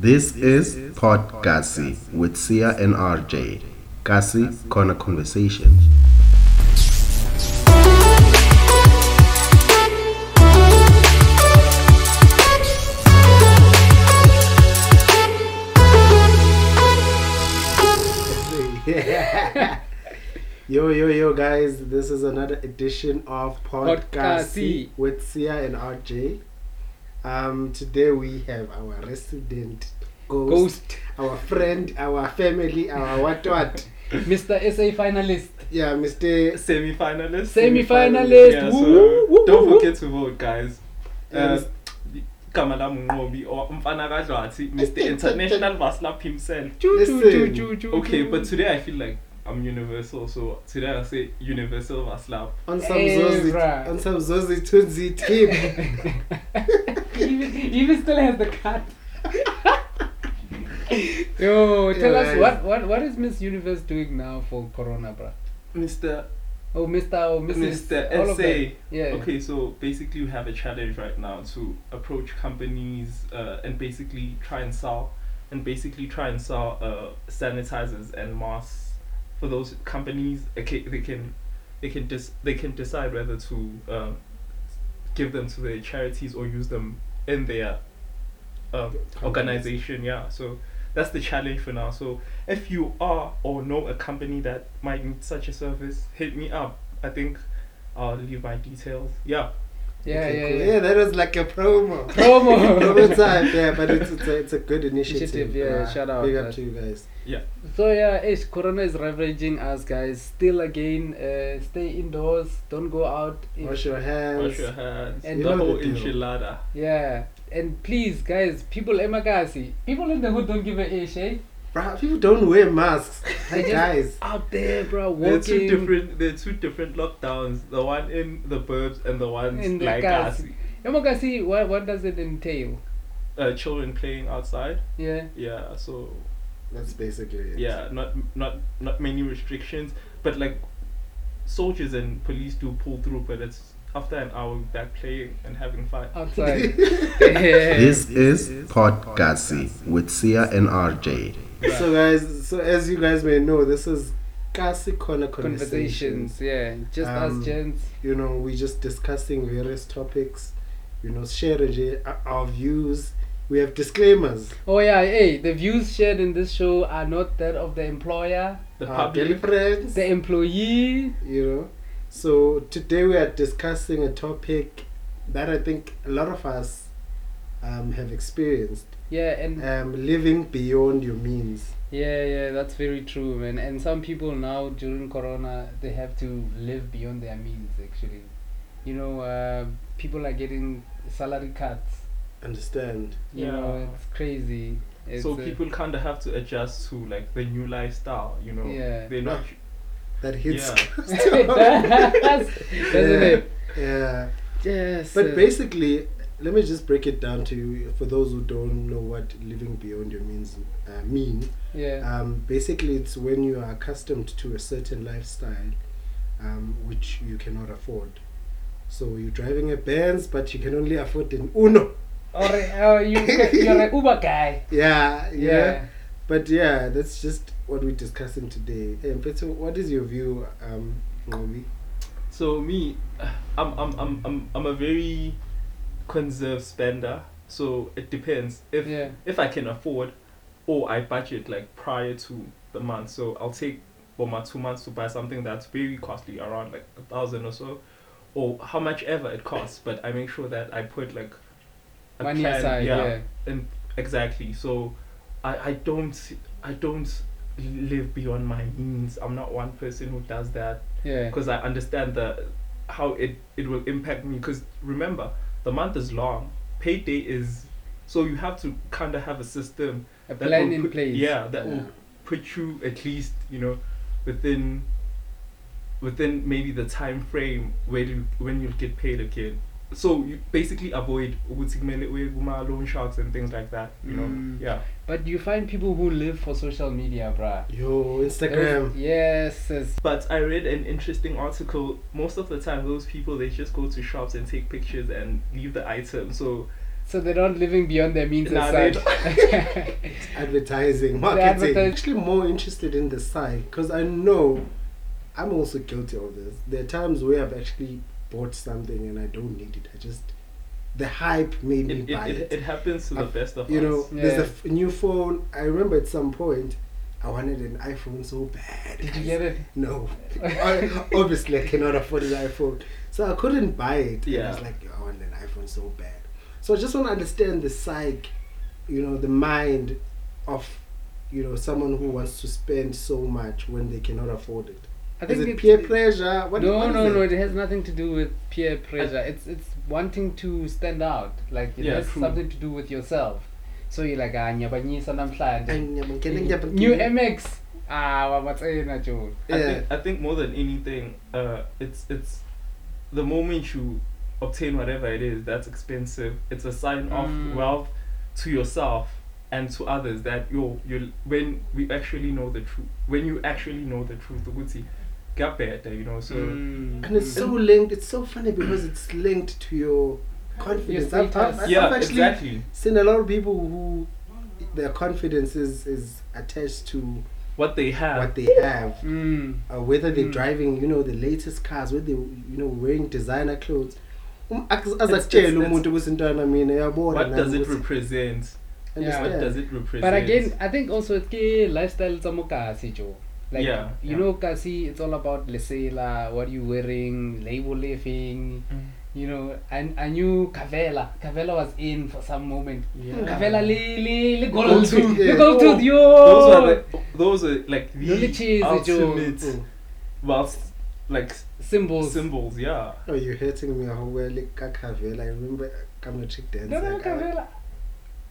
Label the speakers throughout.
Speaker 1: This is Pod Gassi with Sia and RJ. Gassi Corner Conversations.
Speaker 2: Yo, yo, yo, guys. This is another edition of
Speaker 3: Podcasty.
Speaker 2: Podcasty with Sia and RJ. Um, today we have our resident ghost,
Speaker 3: Ghost,
Speaker 2: our friend, our family, our what what.
Speaker 3: Mr. SA finalist,
Speaker 2: yeah, Mr.
Speaker 4: semi-finalist.
Speaker 3: semi-finalist.
Speaker 4: Yeah,
Speaker 3: woo,
Speaker 4: so
Speaker 3: woo, woo,
Speaker 4: don't
Speaker 3: woo.
Speaker 4: forget to vote, guys. Uh,
Speaker 2: Yes.
Speaker 4: igama lami unqobi or umfana kadlwathi mr international vaslap himself
Speaker 3: Choo, choo,
Speaker 2: Listen.
Speaker 3: choo, choo, choo,
Speaker 4: okay
Speaker 3: choo.
Speaker 4: but today i feel like i'm universal so today i'll say universal vaslap
Speaker 2: On some
Speaker 3: Hey,
Speaker 2: zozi,
Speaker 3: bruh.
Speaker 2: on some zozi tunzi team.
Speaker 3: even, even still has the card. Yo, tell
Speaker 2: Yeah,
Speaker 3: us
Speaker 2: right.
Speaker 3: what, what what is Miss Universe doing now for Corona, bruh?
Speaker 4: mr
Speaker 3: Oh, Mr. or Mrs.
Speaker 4: mr
Speaker 3: all of that.
Speaker 4: sa
Speaker 3: Yeah.
Speaker 4: okay so basically you have a challenge right now to approach companies uh, and basically try and sell and basically try and sell uh, sanitizers and masks for those companies okay, they can they can dis- they can decide whether to uh, give them to their charities or use them in their um, organization yeah so that's the challenge for now so if you are or know a company that might need such a service hit me up i think I'll leave my details. Yeah.
Speaker 3: Yeah,
Speaker 2: Okay,
Speaker 3: yeah,
Speaker 2: cool.
Speaker 3: yeah.
Speaker 2: yeah, that was like a promo.
Speaker 3: Promo.
Speaker 2: promo time, yeah, but it's, it's, a, it's a good initiative.
Speaker 3: Initiative, yeah,
Speaker 2: bruh.
Speaker 3: shout out,
Speaker 2: Big up
Speaker 3: guys.
Speaker 2: to you guys.
Speaker 3: So yeah, ish, Corona is ravaging us, guys. Still again, uh, stay indoors. Don't go out. If-
Speaker 2: Wash your
Speaker 4: Wash
Speaker 2: hands.
Speaker 4: your hands.
Speaker 3: And-
Speaker 4: the
Speaker 2: You know
Speaker 4: whole
Speaker 2: the deal.
Speaker 4: enchilada.
Speaker 3: Yeah. And please, guys, people emagasi, people in the hood don't give a ish, eh?
Speaker 2: Bruh, people don't wear masks.
Speaker 3: They
Speaker 2: Like,
Speaker 3: just-
Speaker 2: guys.
Speaker 3: Out there, bro,
Speaker 4: There are two
Speaker 3: walking.
Speaker 4: different there are two different lockdowns, the one in the burbs and the one
Speaker 3: In the
Speaker 4: like us.
Speaker 3: Kasi. Emagasi, what what does it entail?
Speaker 4: Uh, children playing outside.
Speaker 3: Yeah.
Speaker 4: Yeah, so
Speaker 2: That's basically it.
Speaker 4: yeah, not not not many restrictions. But like soldiers and police do pull through but it's after an hour we're back playing and having fun.
Speaker 3: Outside. yeah.
Speaker 1: This is Pod Gassi with Sia and RJ.
Speaker 2: So guys, so as you guys may know, this is Kasi Corner Conversations.
Speaker 3: Conversations. Yeah. Just
Speaker 2: Um,
Speaker 3: us gents.
Speaker 2: You know, we're just discussing various topics, you know, sharing the- our views. We have disclaimers.
Speaker 3: Oh yeah, hey, the views shared in this show are not that of the employer,
Speaker 4: The
Speaker 2: our
Speaker 4: public
Speaker 2: girlfriends,
Speaker 3: the employee.
Speaker 2: you know. So today we are discussing a topic that I think a lot of us um, have experienced.
Speaker 3: Yeah, and
Speaker 2: Um, living beyond your means.
Speaker 3: Yeah, yeah, that's very true, man. And some people now during Corona, they have to live beyond their means. Actually, you know, uh, people are getting salary cuts.
Speaker 2: Understand?
Speaker 3: You know,
Speaker 4: Yeah.
Speaker 3: it's crazy. It's
Speaker 4: so
Speaker 3: uh,
Speaker 4: people kinda have to adjust to like the new lifestyle, you know.
Speaker 3: Yeah.
Speaker 4: They're not
Speaker 2: That hits.
Speaker 4: Yeah.
Speaker 3: That's- doesn't
Speaker 2: Yeah.
Speaker 3: it?
Speaker 2: yeah.
Speaker 3: Yes.
Speaker 2: But
Speaker 3: uh,
Speaker 2: basically, let me just break it down to you for those who don't know what living beyond your means uh, mean.
Speaker 3: yeah,
Speaker 2: Um, basically, it's when you are accustomed to a certain lifestyle, um, which you cannot afford. So you're driving a Benz, but you can only afford an Uno.
Speaker 3: or uh, you you're an Uber guy.
Speaker 2: Yeah, yeah.
Speaker 3: Yeah.
Speaker 2: But yeah, that's just what we're discussing today. And Peter, what is your view, um, Ngobi?
Speaker 4: So me, I'm I'm I'm I'm I'm a very conserved spender. So it depends if
Speaker 3: Yeah.
Speaker 4: if I can afford, or I budget like prior to the month. So I'll take for my two months to buy something that's very costly, around like a thousand or so, or how much ever it costs. But I make sure that I put like a
Speaker 3: Money
Speaker 4: plan,
Speaker 3: aside. Yeah.
Speaker 4: and exactly so i i don't i don't live beyond my means i'm not one person who does that
Speaker 3: Yeah.
Speaker 4: because i understand the how it it will impact me because remember the month is long payday is so you have to kind of have a system
Speaker 3: A
Speaker 4: that
Speaker 3: plan
Speaker 4: will
Speaker 3: in
Speaker 4: put-
Speaker 3: place.
Speaker 4: yeah that
Speaker 2: Yeah.
Speaker 4: will put you at least you know within within maybe the time frame where you when you'll get paid again so you basically avoid ukuthi kumele uye kuma loan sharks and things like that you know
Speaker 3: Mm.
Speaker 4: yeah
Speaker 3: But you find people who live for social media, bruh.
Speaker 2: Yo, Instagram.
Speaker 3: Yes. yes.
Speaker 4: But I read an interesting article. Most of the time, those people they just go to shops and take pictures and leave the item. So
Speaker 3: So they're not living beyond their means
Speaker 4: Nah, they
Speaker 3: as such.
Speaker 2: advertising, marketing.
Speaker 3: advertise-
Speaker 2: actually more interested in the side because I know I'm also guilty of this. There are times where I've actually bought something and I don't need it. I just the hype made
Speaker 4: It,
Speaker 2: me
Speaker 4: it,
Speaker 2: buy
Speaker 4: it,
Speaker 2: it.
Speaker 4: it happens to the
Speaker 2: Uh,
Speaker 4: best of
Speaker 2: you
Speaker 4: us.
Speaker 2: know,
Speaker 3: Yeah.
Speaker 2: there's a f- new phone. I remember at some point I wanted an iPhone so bad.
Speaker 3: Did you
Speaker 2: guys.
Speaker 3: get it?
Speaker 2: No, I, obviously I cannot afford an iPhone, so I couldn't buy it. and I was
Speaker 4: Yeah.
Speaker 2: like, I want an iPhone so bad. So I just want to understand the psyche, you know, the mind of, you know, someone who wants to spend so much when they cannot afford it.
Speaker 3: I
Speaker 2: Is it
Speaker 3: it's-
Speaker 2: peer pressure? What,
Speaker 3: no,
Speaker 2: what is
Speaker 3: no,
Speaker 2: it?
Speaker 3: no. It has nothing to do with peer pressure. it's it's wanting to stand out. Like it
Speaker 4: Uh, Yeah,
Speaker 3: has
Speaker 4: true.
Speaker 3: something to do with yourself. So you're like, ah, nyabanyisa
Speaker 2: Ay,
Speaker 3: namhlanje.
Speaker 2: nyabang- kenang- nyabang-
Speaker 3: New MX. Ah, wabatsena Joe.
Speaker 4: I
Speaker 2: Yeah.
Speaker 4: think I think more than anything, uh, it's it's the moment you obtain whatever it is that's expensive. It's a sign
Speaker 3: Mm.
Speaker 4: of wealth to yourself and to others that yo you when we actually know the truth when you actually know the truth, Uguti, get better, you know. So
Speaker 3: Mm.
Speaker 2: And it's so linked. It's so funny because it's linked to your confidence. I've, I've,
Speaker 3: status.
Speaker 2: I've
Speaker 4: yeah,
Speaker 2: actually
Speaker 4: exactly.
Speaker 2: seen a lot of people who their confidence is, is attached to
Speaker 4: What they have.
Speaker 2: what they have.
Speaker 3: Mm.
Speaker 2: uh, whether they're
Speaker 3: Mm.
Speaker 2: driving you know the latest cars whether they you know wearing designer clothes Um, ak-
Speaker 4: it's-
Speaker 2: azakutshela
Speaker 4: it's-
Speaker 2: umuntu ukuthi intwana mina uyabona
Speaker 4: what
Speaker 2: nami
Speaker 4: does it
Speaker 2: ukuthi-
Speaker 4: represent?
Speaker 3: Yeah.
Speaker 4: What
Speaker 2: Understand?
Speaker 4: does it represent?
Speaker 3: But again, I think also it's ke lifestyle tsa mokasi Joe. Like
Speaker 4: Yeah,
Speaker 3: you
Speaker 4: yeah.
Speaker 3: know, kasi it's all about lesela. What are you wearing? Label living.
Speaker 4: Mm.
Speaker 3: You know, I, I knew Cavella. Cavella was in for some moment.
Speaker 4: Yeah.
Speaker 3: Cavella le le le
Speaker 2: Gold
Speaker 3: gold
Speaker 2: tooth,
Speaker 3: tooth.
Speaker 2: yeah.
Speaker 3: Le gold tooth yo.
Speaker 4: those are the, those are like the
Speaker 3: Really cheesy, Oh! Joe.
Speaker 4: ultimate
Speaker 2: Mm.
Speaker 4: wealth like
Speaker 3: symbols.
Speaker 4: symbols. Yeah.
Speaker 2: oh you're hurting me ahowele kakhavela i remember uh, kametric dance
Speaker 3: No, no,
Speaker 2: like, I-
Speaker 3: Cavella.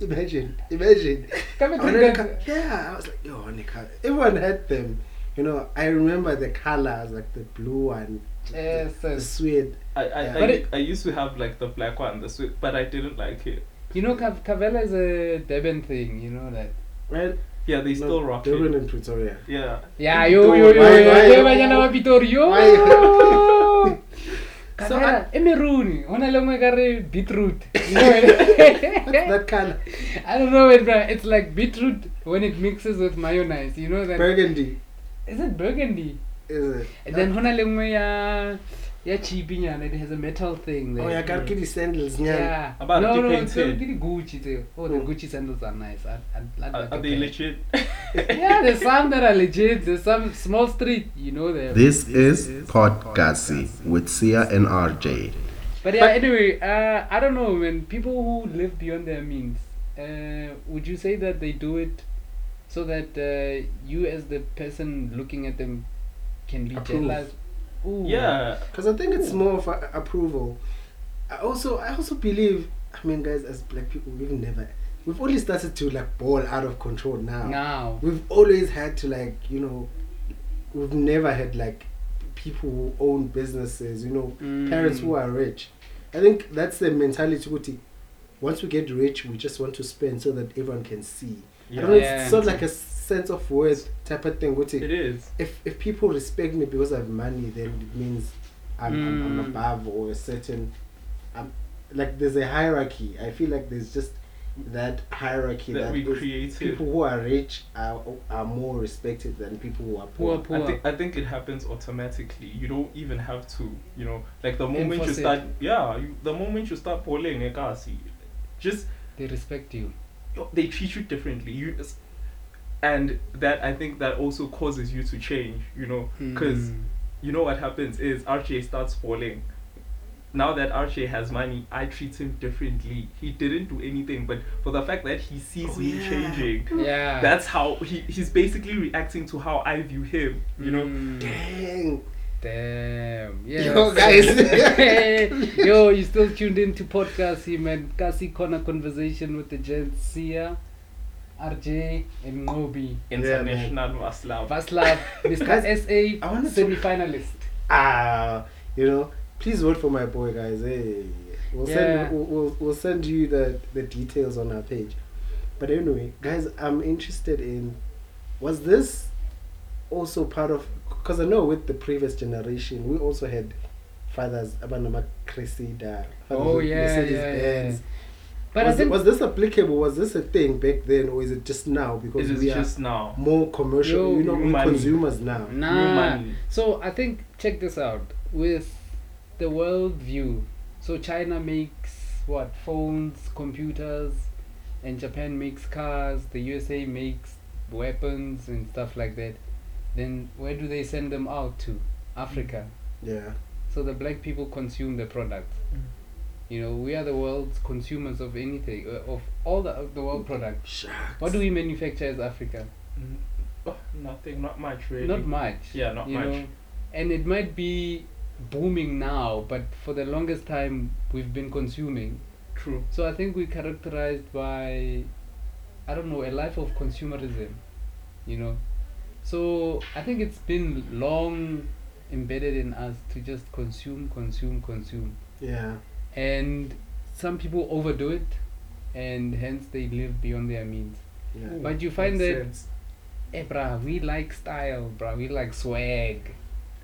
Speaker 2: imagine imagine
Speaker 3: Come
Speaker 2: I wanted
Speaker 3: and
Speaker 2: Ka- yeah i was like yo on everyone had them you know i remember the colors like the blue one
Speaker 3: Yes,
Speaker 2: the
Speaker 3: yes.
Speaker 2: sweet
Speaker 4: I I,
Speaker 2: Yeah.
Speaker 4: I,
Speaker 3: But it-
Speaker 4: I used to have like the black one, the sweet, but I didn't like it.
Speaker 3: You know, Cav- Cavella is a Durban thing. You know that.
Speaker 2: right
Speaker 4: Yeah, they still rock
Speaker 2: Durban
Speaker 4: it.
Speaker 2: and pretoria
Speaker 4: Yeah,
Speaker 3: Yeah,
Speaker 2: Don't
Speaker 3: yo, yo, yo,
Speaker 2: worry.
Speaker 3: yo, yo, banyana ba Pitori, yo.
Speaker 2: Why- So
Speaker 3: Cavella, e maroon. Ho na le nngwe e ka re beetroot. You know it?
Speaker 2: that color
Speaker 3: I don't know it, bruh. It's like beetroot when it mixes with mayonnaise. You know that?
Speaker 2: burgundy
Speaker 3: Is it burgundy?
Speaker 2: is it
Speaker 3: And then ho na le nngwe ya ya chipinyana. It has a metal thing there.
Speaker 2: Oh, yeah, gotta get these sandals, yeah.
Speaker 3: Yeah.
Speaker 4: About
Speaker 3: no,
Speaker 4: the
Speaker 3: no,
Speaker 4: painted.
Speaker 3: it's only the Gucci too. Oh, the
Speaker 2: Mm.
Speaker 3: Gucci sandals are nice. I, I, I
Speaker 4: are,
Speaker 3: like
Speaker 4: are
Speaker 3: the
Speaker 4: they
Speaker 3: pair.
Speaker 4: legit?
Speaker 3: Yeah, there's some that are legit. There's some small street, you know them.
Speaker 1: This is Podcasty with Sia and RJ.
Speaker 3: but yeah, anyway, uh, I don't know, man. People who live beyond their means, uh, would you say that they do it so that uh, you, as the person looking at them, can be
Speaker 2: Approve.
Speaker 3: jealous? Ooh.
Speaker 4: yeah,
Speaker 2: because I think it's more of a, approval. I also I also believe. I mean, guys, as black people, we've never we've only started to like ball out of control now.
Speaker 3: Now.
Speaker 2: We've always had to like you know, we've never had like people who own businesses. You know, parents who
Speaker 3: Mm.
Speaker 2: are rich. I think that's the mentality. ukuthi Once we get rich, we just want to spend so that everyone can see. I don't know,
Speaker 4: yeah,
Speaker 2: it's
Speaker 3: Yeah.
Speaker 2: sort of like a sense of worth type of thing. ukuthi
Speaker 4: it is.
Speaker 2: if if people respect me because I have money, then it means I'm, I'm, I'm
Speaker 3: Mm.
Speaker 2: above or a certain. I'm like there's a hierarchy. I feel like there's just that hierarchy
Speaker 4: That
Speaker 2: that,
Speaker 4: we
Speaker 2: is-
Speaker 4: created.
Speaker 2: People who are rich are are more respected than people who are
Speaker 3: Who
Speaker 2: poor.
Speaker 3: are
Speaker 4: I
Speaker 3: poor.
Speaker 4: think I think it happens automatically. You don't even have to. You know, like the moment
Speaker 3: Enforce
Speaker 4: you
Speaker 3: it.
Speaker 4: start. Yeah, you, the moment you start polling a kasi, just
Speaker 3: They respect you.
Speaker 4: yo, they treat you differently. You, it's- and that I think that also causes you to change. You know, because.
Speaker 3: Mm.
Speaker 4: you know what happens is RJ starts falling. Now that RJ has money, I treat him differently. He didn't do anything, but for the fact that he sees
Speaker 2: Oh,
Speaker 4: me
Speaker 2: yeah.
Speaker 4: changing,
Speaker 3: Yeah.
Speaker 4: that's how he, he's basically reacting to how I view him. You know,
Speaker 3: Mm.
Speaker 2: Dang.
Speaker 3: Damn. Yeah.
Speaker 2: Yo, guys.
Speaker 3: Yo, you still tuned in to podcast here, man. Kasi Corner Conversation with the gents Sia, RJ, and Ngobi.
Speaker 4: international Vaslav.
Speaker 3: Vaslav, Mr.
Speaker 2: Guys,
Speaker 3: SA,
Speaker 2: I wanna talk-
Speaker 3: semi finalist.
Speaker 2: Ah, you know. Please vote for my boy, guys. Hey, we'll
Speaker 3: Yeah.
Speaker 2: send we'll, we'll, we'll send you the the details on our page. But anyway, guys, I'm interested in was this also part of because I know with the previous generation we also had fathers abanama crusader fathers
Speaker 3: Oh,
Speaker 2: with
Speaker 3: yeah, yeah, yeah.
Speaker 2: Mercedes-Benz.
Speaker 3: But
Speaker 2: was,
Speaker 3: I think
Speaker 2: was this applicable? Was this a thing back then, or is it just now because
Speaker 4: It is
Speaker 2: we are
Speaker 4: just now.
Speaker 2: more commercial?
Speaker 3: Yo, Mm.
Speaker 2: you know,
Speaker 4: new
Speaker 2: we
Speaker 4: money.
Speaker 2: consumers now.
Speaker 4: New
Speaker 3: nah.
Speaker 4: money.
Speaker 3: So I think check this out with the world view. So China makes what phones, computers, and Japan makes cars. The USA makes weapons and stuff like that. Then where do they send them out to? Africa.
Speaker 2: Yeah,
Speaker 3: So the black people consume the product.
Speaker 4: Mm.
Speaker 3: You know, we are the world's consumers of anything, uh, of all the of the world products.
Speaker 2: shucks.
Speaker 3: What do we manufacture as Africa?
Speaker 4: Mm, oh, nothing, not much really.
Speaker 3: Not much.
Speaker 4: Yeah, not
Speaker 3: you
Speaker 4: much.
Speaker 3: know, and it might be booming now, but for the longest time we've been consuming.
Speaker 4: True.
Speaker 3: So I think we're characterized by, I don't know, a life of consumerism, you know. So I think it's been long embedded in us to just consume, consume, consume,
Speaker 2: Yeah,
Speaker 3: and some people overdo it, and hence they live beyond their means.
Speaker 2: yeah.
Speaker 4: Ooh,
Speaker 3: But you find
Speaker 4: makes
Speaker 3: that-
Speaker 4: sense.
Speaker 3: Hey, Eh, bruh, we like style, bruh. We like swag.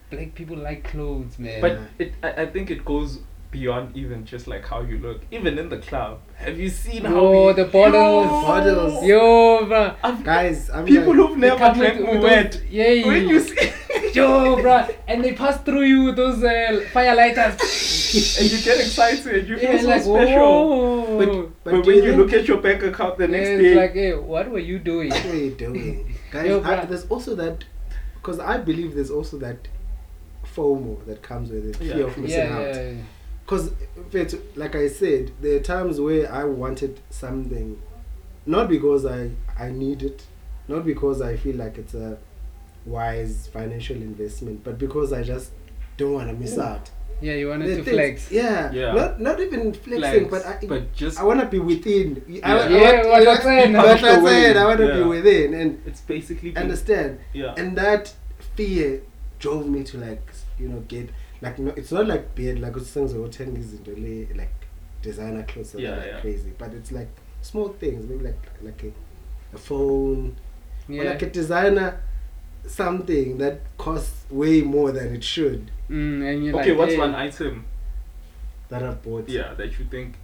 Speaker 3: Black people like clothes, man.
Speaker 4: But it, I, I think it goes beyond even just like how you look. Even in the club, have you seen how?
Speaker 3: Yo,
Speaker 4: we-
Speaker 3: Oh, the bottles.
Speaker 4: Yo!
Speaker 2: Bottles.
Speaker 3: yo, bruh.
Speaker 4: I've-
Speaker 2: Guys, I'm
Speaker 4: people
Speaker 2: like,
Speaker 4: who've never drank Moet.
Speaker 3: Yeah.
Speaker 4: When you see,
Speaker 3: Yo, bruh. And they pass through you with those uh, fire lighters.
Speaker 4: and you get excited, you
Speaker 3: yeah,
Speaker 4: feel so
Speaker 3: like,
Speaker 4: special.
Speaker 3: whoa.
Speaker 4: But,
Speaker 2: But
Speaker 4: but when
Speaker 2: do you
Speaker 4: you
Speaker 2: think-
Speaker 4: look at your bank account the
Speaker 3: Yeah,
Speaker 4: next
Speaker 3: it's
Speaker 4: day,
Speaker 3: like, hey, what were you doing?
Speaker 2: what are you doing, guys?
Speaker 3: Yo,
Speaker 2: I,
Speaker 3: bruh.
Speaker 2: there's also that because I believe there's also that FOMO that comes with it, fear
Speaker 4: Yeah.
Speaker 2: of
Speaker 3: yeah,
Speaker 2: missing out.
Speaker 3: yeah, yeah.
Speaker 2: because like i said there are times where i wanted something not because i i need it not because i feel like it's a wise financial investment but because i just don't want to miss out
Speaker 3: Yeah, you wanted
Speaker 2: The
Speaker 3: to
Speaker 2: things-
Speaker 3: flex.
Speaker 2: yeah,
Speaker 4: Yeah.
Speaker 2: not not even flexing
Speaker 4: flags,
Speaker 2: but i
Speaker 4: but just
Speaker 2: i want to be within I, I,
Speaker 4: Yeah.
Speaker 3: Yeah, what
Speaker 2: I,
Speaker 3: I'm saying,
Speaker 2: I,
Speaker 3: that's
Speaker 4: the way.
Speaker 2: I want to be
Speaker 4: Yeah.
Speaker 2: within and
Speaker 4: it's basically being-
Speaker 2: understand
Speaker 4: yeah.
Speaker 2: and that fear drove me to like you know get like no, it's not like beard like things or ten is in delay like designer clothes
Speaker 4: Yeah,
Speaker 2: yeah, like
Speaker 4: yeah.
Speaker 2: crazy but it's like small things maybe like like a, a phone
Speaker 3: Yeah.
Speaker 2: or like a designer something that costs way more than it should
Speaker 3: mm, and you're
Speaker 4: okay,
Speaker 3: like,
Speaker 4: what's
Speaker 3: hey,
Speaker 4: one item?
Speaker 2: that I bought
Speaker 4: Yeah, that you think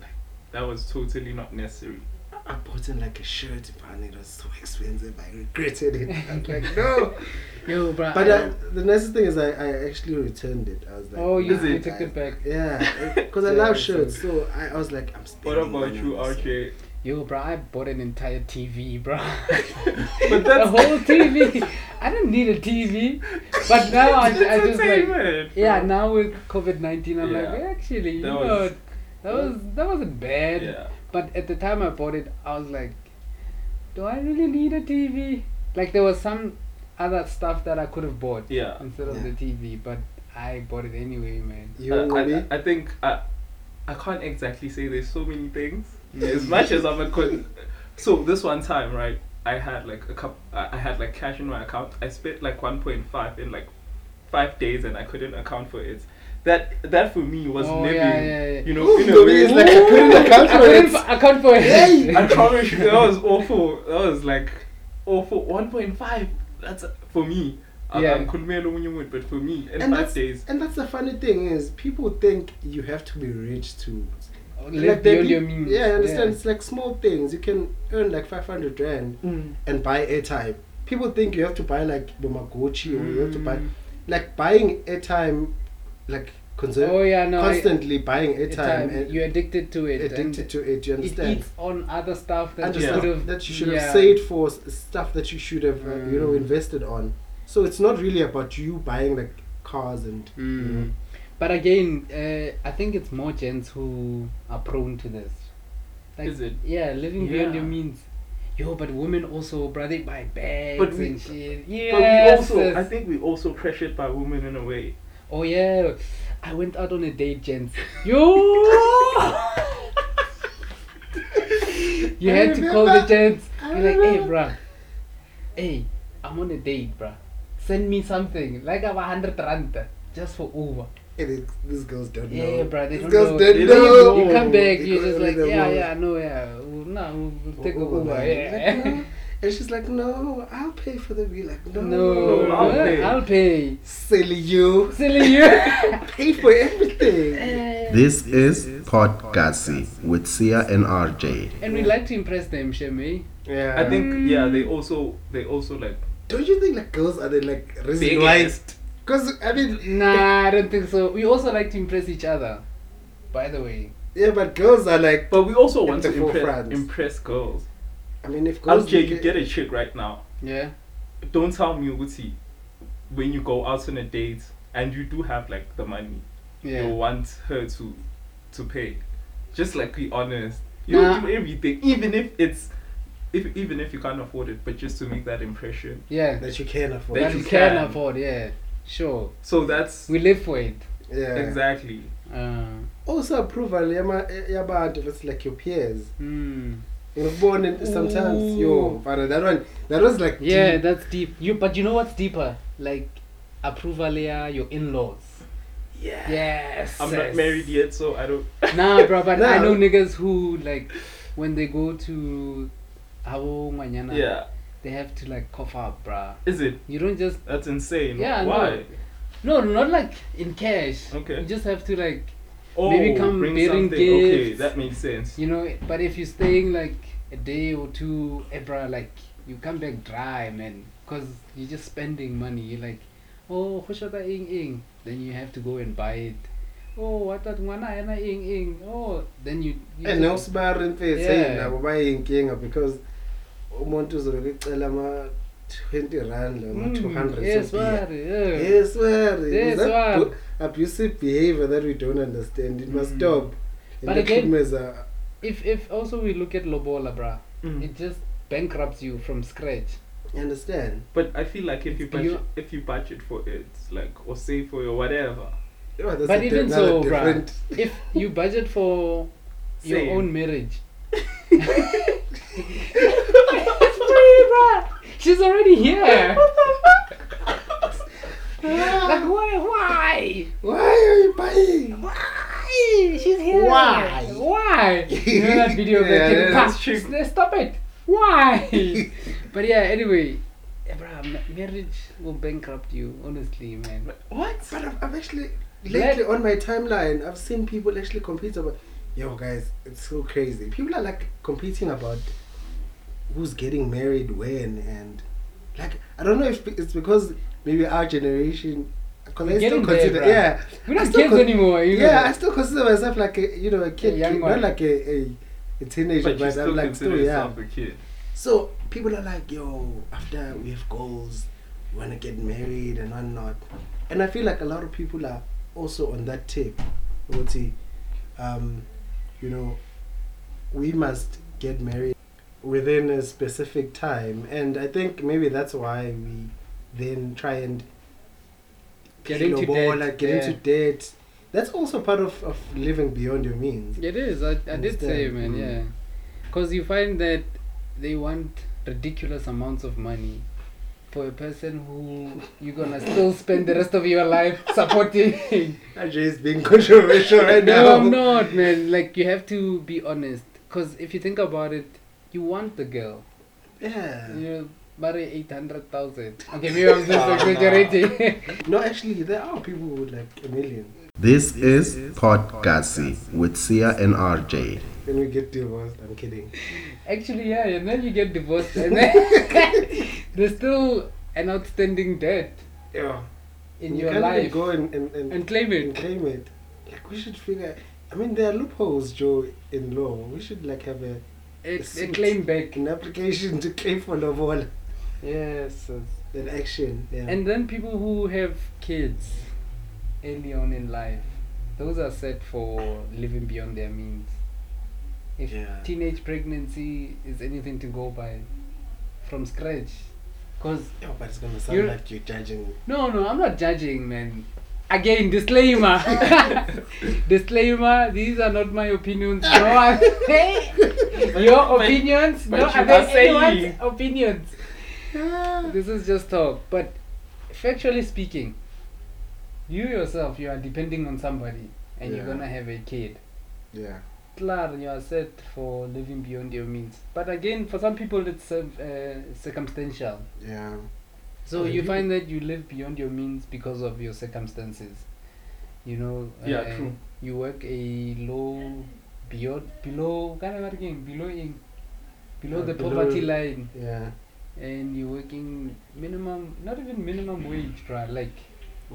Speaker 4: like, that was totally not necessary.
Speaker 2: I bought in like a shirt but it was so expensive I regretted it I'm like
Speaker 3: Oh.
Speaker 2: no
Speaker 3: Yo, bruh. I-
Speaker 2: but
Speaker 4: uh,
Speaker 2: I, the nicest thing is I, I actually returned it I was like
Speaker 3: oh, you,
Speaker 4: Is
Speaker 3: you
Speaker 4: it-
Speaker 3: took it back.
Speaker 2: Yeah, because I
Speaker 3: Yeah,
Speaker 2: love
Speaker 3: it's
Speaker 2: shirts, so I, I was like, I'm
Speaker 4: What
Speaker 2: spending
Speaker 4: about
Speaker 2: money
Speaker 4: you,
Speaker 2: on this.
Speaker 4: RJ?
Speaker 3: Yo, bro, I bought an entire TV, bro.
Speaker 4: But
Speaker 3: the
Speaker 4: that's
Speaker 3: whole TV. I didn't need a TV, but now I, I just like
Speaker 4: Entertainment,
Speaker 3: yeah.
Speaker 4: bro.
Speaker 3: Now with COVID nineteen, I'm like
Speaker 4: Yeah.
Speaker 3: actually, you
Speaker 4: That
Speaker 3: know,
Speaker 4: was-
Speaker 3: that was that wasn't bad.
Speaker 4: Yeah.
Speaker 3: But at the time I bought it, I was like, do I really need a TV? Like there was some other stuff that I could have bought
Speaker 4: Yeah.
Speaker 3: instead of the
Speaker 2: Yeah.
Speaker 3: TV, but I bought it anyway, man.
Speaker 2: You
Speaker 4: Uh,
Speaker 2: Ngobi?
Speaker 4: I, I think I, I can't exactly say there's so many things
Speaker 3: Mm.
Speaker 4: as much as I'm a con- so this one time right I had like a cup I I had like cash in my account I spent like 1.5 in like five days and I couldn't account for it that that for me was
Speaker 3: Oh,
Speaker 4: living
Speaker 3: yeah, yeah, yeah.
Speaker 4: you know in a
Speaker 2: Ngobi
Speaker 4: way
Speaker 2: is like, I couldn't account
Speaker 3: I
Speaker 2: for
Speaker 3: couldn't
Speaker 2: it.
Speaker 3: f- I can't for it.
Speaker 4: I promise you, that was awful. That was like awful. 1.5. That's for me. I'm-
Speaker 3: Yeah.
Speaker 4: I'm Khulumela omunye umuntu, but for me, in
Speaker 2: And
Speaker 4: five
Speaker 2: that's,
Speaker 4: days.
Speaker 2: and that's the funny thing is, people think you have to be rich to
Speaker 3: Live
Speaker 2: they
Speaker 3: beyond
Speaker 2: be-
Speaker 3: your means.
Speaker 2: Yeah, I understand. It's like small things. You can earn like 500 rand and buy airtime. People think you have to buy like Bumaguchi or you have to buy
Speaker 3: Mm.
Speaker 2: like buying airtime, like conser-
Speaker 3: Oh yeah, no. I-
Speaker 2: constantly buying
Speaker 3: it's
Speaker 2: airtime
Speaker 3: time.
Speaker 2: and
Speaker 3: You're addicted to it.
Speaker 2: addicted
Speaker 3: and
Speaker 2: to it. You understand?
Speaker 3: It eats on other stuff that
Speaker 2: and
Speaker 3: you
Speaker 4: Yeah.
Speaker 2: stuff
Speaker 3: could have.
Speaker 2: that you should
Speaker 3: yeah.
Speaker 2: have saved for s- stuff that you should have uh, you know
Speaker 3: Mm.
Speaker 2: invested on so it's not really about you buying like cars and you know.
Speaker 3: Mm. But again, uh, I think it's more gents who are prone to this.
Speaker 4: Is it?
Speaker 3: Yeah, living beyond
Speaker 4: Yeah.
Speaker 3: your means. Yo, but women also, bruh, they buy bags
Speaker 4: But we-
Speaker 3: and shit.
Speaker 4: But
Speaker 3: Yes.
Speaker 4: we also,
Speaker 3: yes.
Speaker 4: I think we also pressured by women in a way.
Speaker 3: Oh yeah, I went out on a date, gents. Yo. you
Speaker 2: I
Speaker 3: had to call the
Speaker 2: remember-
Speaker 3: gents.
Speaker 2: I
Speaker 3: You're like, hey,
Speaker 2: remember."
Speaker 3: bruh. Hey, I'm on a date, bruh. Send me something. Like I have a hundred rand just for Uber.
Speaker 2: It is- these girls don't
Speaker 3: Yeah,
Speaker 2: know
Speaker 3: yeah, bruh. They
Speaker 2: these
Speaker 3: don't
Speaker 2: girls
Speaker 3: know.
Speaker 2: don't
Speaker 4: They
Speaker 2: know
Speaker 4: don't
Speaker 3: You come back,
Speaker 2: They
Speaker 3: you're just
Speaker 2: don't
Speaker 3: like,
Speaker 2: know.
Speaker 3: yeah, yeah, I know, yeah. We'll, nah, we'll, we'll take a
Speaker 2: Oh,
Speaker 3: Uber.
Speaker 2: man.
Speaker 3: Yeah.
Speaker 2: and she's like no i'll pay for the bill like no,
Speaker 3: no, no,
Speaker 4: I'll pay.
Speaker 3: I'll pay.
Speaker 2: silly you
Speaker 3: Silly you.
Speaker 2: pay for everything
Speaker 1: This is Podgassy with Sia and RJ.
Speaker 3: And we like to impress them, Shem, eh?
Speaker 2: Yeah.
Speaker 4: I think yeah, they also they also like
Speaker 2: Don't you think like girls are the like reason why?
Speaker 4: biggest.
Speaker 2: Because I mean,
Speaker 3: Nah, I don't think so. We also like to impress each other. By the way,
Speaker 2: yeah, but girls are like.
Speaker 4: But we also want
Speaker 2: the
Speaker 4: to
Speaker 2: four
Speaker 4: impress,
Speaker 2: friends.
Speaker 4: impress girls.
Speaker 2: I mean, if girls.
Speaker 4: RJ, you get a chick right now.
Speaker 3: yeah.
Speaker 4: Don't tell me Uti, when you go out on a date and you do have like the money,
Speaker 3: Yeah.
Speaker 4: you want her to to pay. Just like be honest. You
Speaker 3: Nah.
Speaker 4: do everything, even if it's if even if you can't afford it, but just to make that impression.
Speaker 3: Yeah.
Speaker 2: That you can afford.
Speaker 4: That
Speaker 3: That
Speaker 4: you
Speaker 3: you can
Speaker 4: can.
Speaker 3: afford, yeah. Sure.
Speaker 4: So that's
Speaker 3: We live for it.
Speaker 2: yeah.
Speaker 4: exactly.
Speaker 3: Uh,
Speaker 2: Also approval yama yabantu if it's like your peers.
Speaker 3: hmm.
Speaker 2: Ngibone sometimes yo
Speaker 3: Ooh.
Speaker 2: father that one that was like
Speaker 3: Yeah,
Speaker 2: deep.
Speaker 3: that's deep. You but you know what's deeper? Like approval yeah, your in-laws.
Speaker 2: yeah.
Speaker 3: Yes.
Speaker 4: I'm
Speaker 3: yes.
Speaker 4: not married yet, so I don't.
Speaker 3: Nah, bro, but I
Speaker 2: Nah.
Speaker 3: know niggas who like when they go to Abo Manyana,
Speaker 4: Yeah,
Speaker 3: they have to like cough up, bruh.
Speaker 4: is it?
Speaker 3: You don't just
Speaker 4: That's insane.
Speaker 3: Yeah, no.
Speaker 4: Why?
Speaker 3: no, not like in cash.
Speaker 4: Okay.
Speaker 3: You just have to like
Speaker 4: Oh,
Speaker 3: Maybe come
Speaker 4: bring
Speaker 3: bearing
Speaker 4: something. Okay,
Speaker 3: gifts.
Speaker 4: that makes sense.
Speaker 3: you know. But if you're staying like a day or two, eh, bruh, like you come back dry, man, because you're just spending money. You're like, oh, hoshota ing ing. Then you have to go and buy it. Oh, what that one ing ing. Oh, then you. you
Speaker 2: And
Speaker 3: just-
Speaker 2: awusibarin face
Speaker 3: Yeah.
Speaker 2: hey nabo bayinkinga because umuntu uzobe ecela ama 20 rand la ma
Speaker 3: Mm,
Speaker 2: 200
Speaker 3: yes,
Speaker 2: so be it.
Speaker 3: but, yeah.
Speaker 2: Yes, well,
Speaker 3: Yes,
Speaker 2: is that
Speaker 3: well.
Speaker 2: bu- abusive behavior that we don't understand. It must
Speaker 3: Mm.
Speaker 2: stop. And
Speaker 3: But
Speaker 2: the
Speaker 3: again-
Speaker 2: treatments are-
Speaker 3: If if also we look at Lobola, bruh,
Speaker 4: Mm.
Speaker 3: it just bankrupts you from scratch.
Speaker 2: you understand?
Speaker 4: But I feel like if you
Speaker 3: Do
Speaker 4: budget,
Speaker 3: you-
Speaker 4: if you budget for it, like or save for your whatever,
Speaker 2: Oh, that's
Speaker 3: but
Speaker 2: a
Speaker 3: even
Speaker 2: another
Speaker 3: so, bruh,
Speaker 2: different-
Speaker 3: if you budget for your
Speaker 4: Save.
Speaker 3: own marriage, it's free, bruh. She's already here. like why? Why?
Speaker 2: Why are you buying?
Speaker 3: Why? She's here.
Speaker 2: Why?
Speaker 3: Why? You know that video of
Speaker 2: Yeah,
Speaker 3: that
Speaker 2: yeah,
Speaker 3: kid,
Speaker 4: that's
Speaker 3: "Pa,
Speaker 4: true.
Speaker 3: s- Stop it. Why? but yeah, anyway, yeah, bruh, ma- marriage will bankrupt you, honestly, man.
Speaker 4: what?
Speaker 2: But I've, I've actually
Speaker 3: Let-
Speaker 2: lately on my timeline, I've seen people actually compete about. Yo, guys, it's so crazy. People are like competing about who's getting married when and like I don't know if it's because maybe our generation. Because I still
Speaker 3: getting there,
Speaker 2: consider,
Speaker 3: bruh.
Speaker 2: yeah,
Speaker 3: We're not
Speaker 2: I still
Speaker 3: kids
Speaker 2: con-
Speaker 3: anymore. You
Speaker 2: yeah,
Speaker 3: know.
Speaker 2: I still consider myself like a you know a kid,
Speaker 3: young
Speaker 2: kid,
Speaker 3: one.
Speaker 2: not like a, a, a teenager,
Speaker 4: But
Speaker 2: but,
Speaker 4: you still
Speaker 2: I'm like
Speaker 4: consider
Speaker 2: still yeah.
Speaker 4: yourself a kid.
Speaker 2: So people are like, yo, after we have goals, we want to get married and whatnot. And I feel like a lot of people are also on that tip. Ukuthi, Um, you know, we must get married within a specific time. And I think maybe that's why we then try and
Speaker 3: Get into
Speaker 2: lobola,
Speaker 3: debt,
Speaker 2: get into
Speaker 3: yeah.
Speaker 2: debt. That's also part of, of living beyond your means.
Speaker 3: It is. I, I did say,
Speaker 2: Understand.
Speaker 3: man.
Speaker 2: Mm.
Speaker 3: Yeah, because you find that they want ridiculous amounts of money for a person who you're gonna still spend the rest of your life supporting.
Speaker 2: Ajay is being controversial right
Speaker 3: no,
Speaker 2: now.
Speaker 3: I'm not, man. Like you have to be honest, because if you think about it, you want the girl.
Speaker 2: Yeah. Oh,
Speaker 3: You marry eight hundred thousand. Okay, maybe I'm just
Speaker 4: Nah, nah.
Speaker 3: exaggerating.
Speaker 2: No, actually, there are people with like a million.
Speaker 1: This is Podgassy with Sia and RJ.
Speaker 2: Then we get divorced. I'm kidding.
Speaker 3: Actually, yeah, and then you get divorced, and then there's still an outstanding debt
Speaker 2: Yeah.
Speaker 3: in
Speaker 2: you
Speaker 3: your
Speaker 2: can't
Speaker 3: life.
Speaker 2: Even go and and, and,
Speaker 3: and claim
Speaker 2: and
Speaker 3: it.
Speaker 2: claim it. Like we should figure. I mean, there are loopholes, Joe, in law. We should like have a
Speaker 3: It,
Speaker 2: Suit.
Speaker 3: it claim back.
Speaker 2: an application to claim for love all
Speaker 3: Yes.
Speaker 2: an action. Yeah.
Speaker 3: And then people who have kids early on in life, those are set for living beyond their means. If
Speaker 2: Yeah.
Speaker 3: teenage pregnancy is anything to go by, from scratch, because
Speaker 2: yeah, but it's gonna sound
Speaker 3: You're-
Speaker 2: like you're judging.
Speaker 3: No, no, I'm not judging, man. Again, disclaimer. disclaimer, these are not my opinions. No, I'm your
Speaker 4: But-
Speaker 3: opinions.
Speaker 4: but
Speaker 3: no, are
Speaker 4: you are
Speaker 3: they anyone's
Speaker 4: saying- Ah.
Speaker 3: opinions. This is just talk. But factually speaking, you yourself, you are depending on somebody and you're
Speaker 2: Yeah.
Speaker 3: gonna have a kid.
Speaker 2: Yeah.
Speaker 3: Klar, you are set for living beyond your means. But again, for some people, it's uh, circumstantial.
Speaker 2: Yeah.
Speaker 3: So
Speaker 2: Yeah,
Speaker 3: you
Speaker 2: you-
Speaker 3: find that you live beyond your means because of your circumstances. you know
Speaker 4: yeah,
Speaker 3: uh,
Speaker 4: true.
Speaker 3: you work a low beyond below kind of working below in below
Speaker 2: Uh,
Speaker 3: the
Speaker 2: below-
Speaker 3: poverty line
Speaker 2: Yeah.
Speaker 3: and you're working minimum not even minimum wage bro like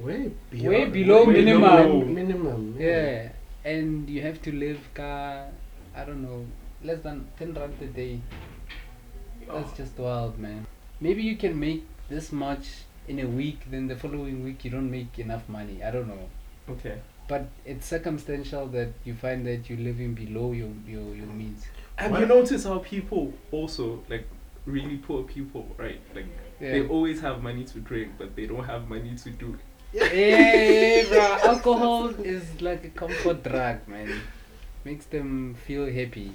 Speaker 2: Way below.
Speaker 3: Way below
Speaker 4: minimum.
Speaker 2: Minimum.
Speaker 3: yeah and you have to live ka i don't know less than 10 rand a day
Speaker 4: Oh.
Speaker 3: that's just wild man maybe you can make this much in a week then the following week you don't make enough money i don't know
Speaker 4: Oh, Okay.
Speaker 3: but it's circumstantial that you find that you're living below your your, your means
Speaker 4: And
Speaker 2: What-
Speaker 4: you notice how people also like really poor people, right? Like they always have money to drink, but they don't have money to do.
Speaker 3: yeah, bro. Alcohol is like a comfort drug, man. Makes them feel happy.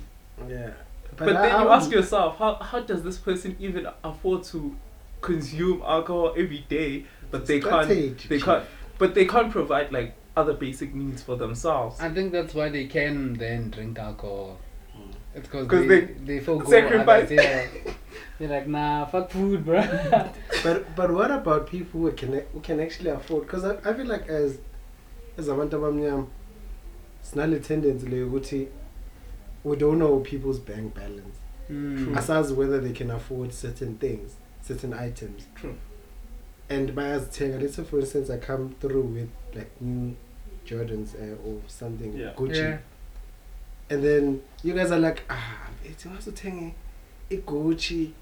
Speaker 2: Yeah.
Speaker 4: But,
Speaker 2: I-
Speaker 4: then
Speaker 2: I
Speaker 4: you
Speaker 2: would-
Speaker 4: ask yourself, how how does this person even afford to consume alcohol every day? But they can't.
Speaker 2: Strategy.
Speaker 4: They can't. But they can't provide like other basic needs for themselves.
Speaker 3: I think that's why they can then drink alcohol. It's because
Speaker 4: Hmm. 'Cause
Speaker 3: they,
Speaker 4: they
Speaker 3: they forego
Speaker 4: sacrifice-
Speaker 3: others, Yeah. They're like, nah, fuck food, bro.
Speaker 2: But but what about people who can who can actually afford? Because I, I feel like as as abantu abamnyama, sinale tendency leyo ukuthi we don't know people's bank balance.
Speaker 3: mm.
Speaker 2: Asazi whether they can afford certain things, certain items.
Speaker 4: True.
Speaker 2: And by us telling, let's say for instance, I come through with like new Jordans uh, or something
Speaker 4: Yeah.
Speaker 2: Gucci,
Speaker 3: Yeah.
Speaker 2: and then you guys are like, ah, it's also telling, it eh, Gucci.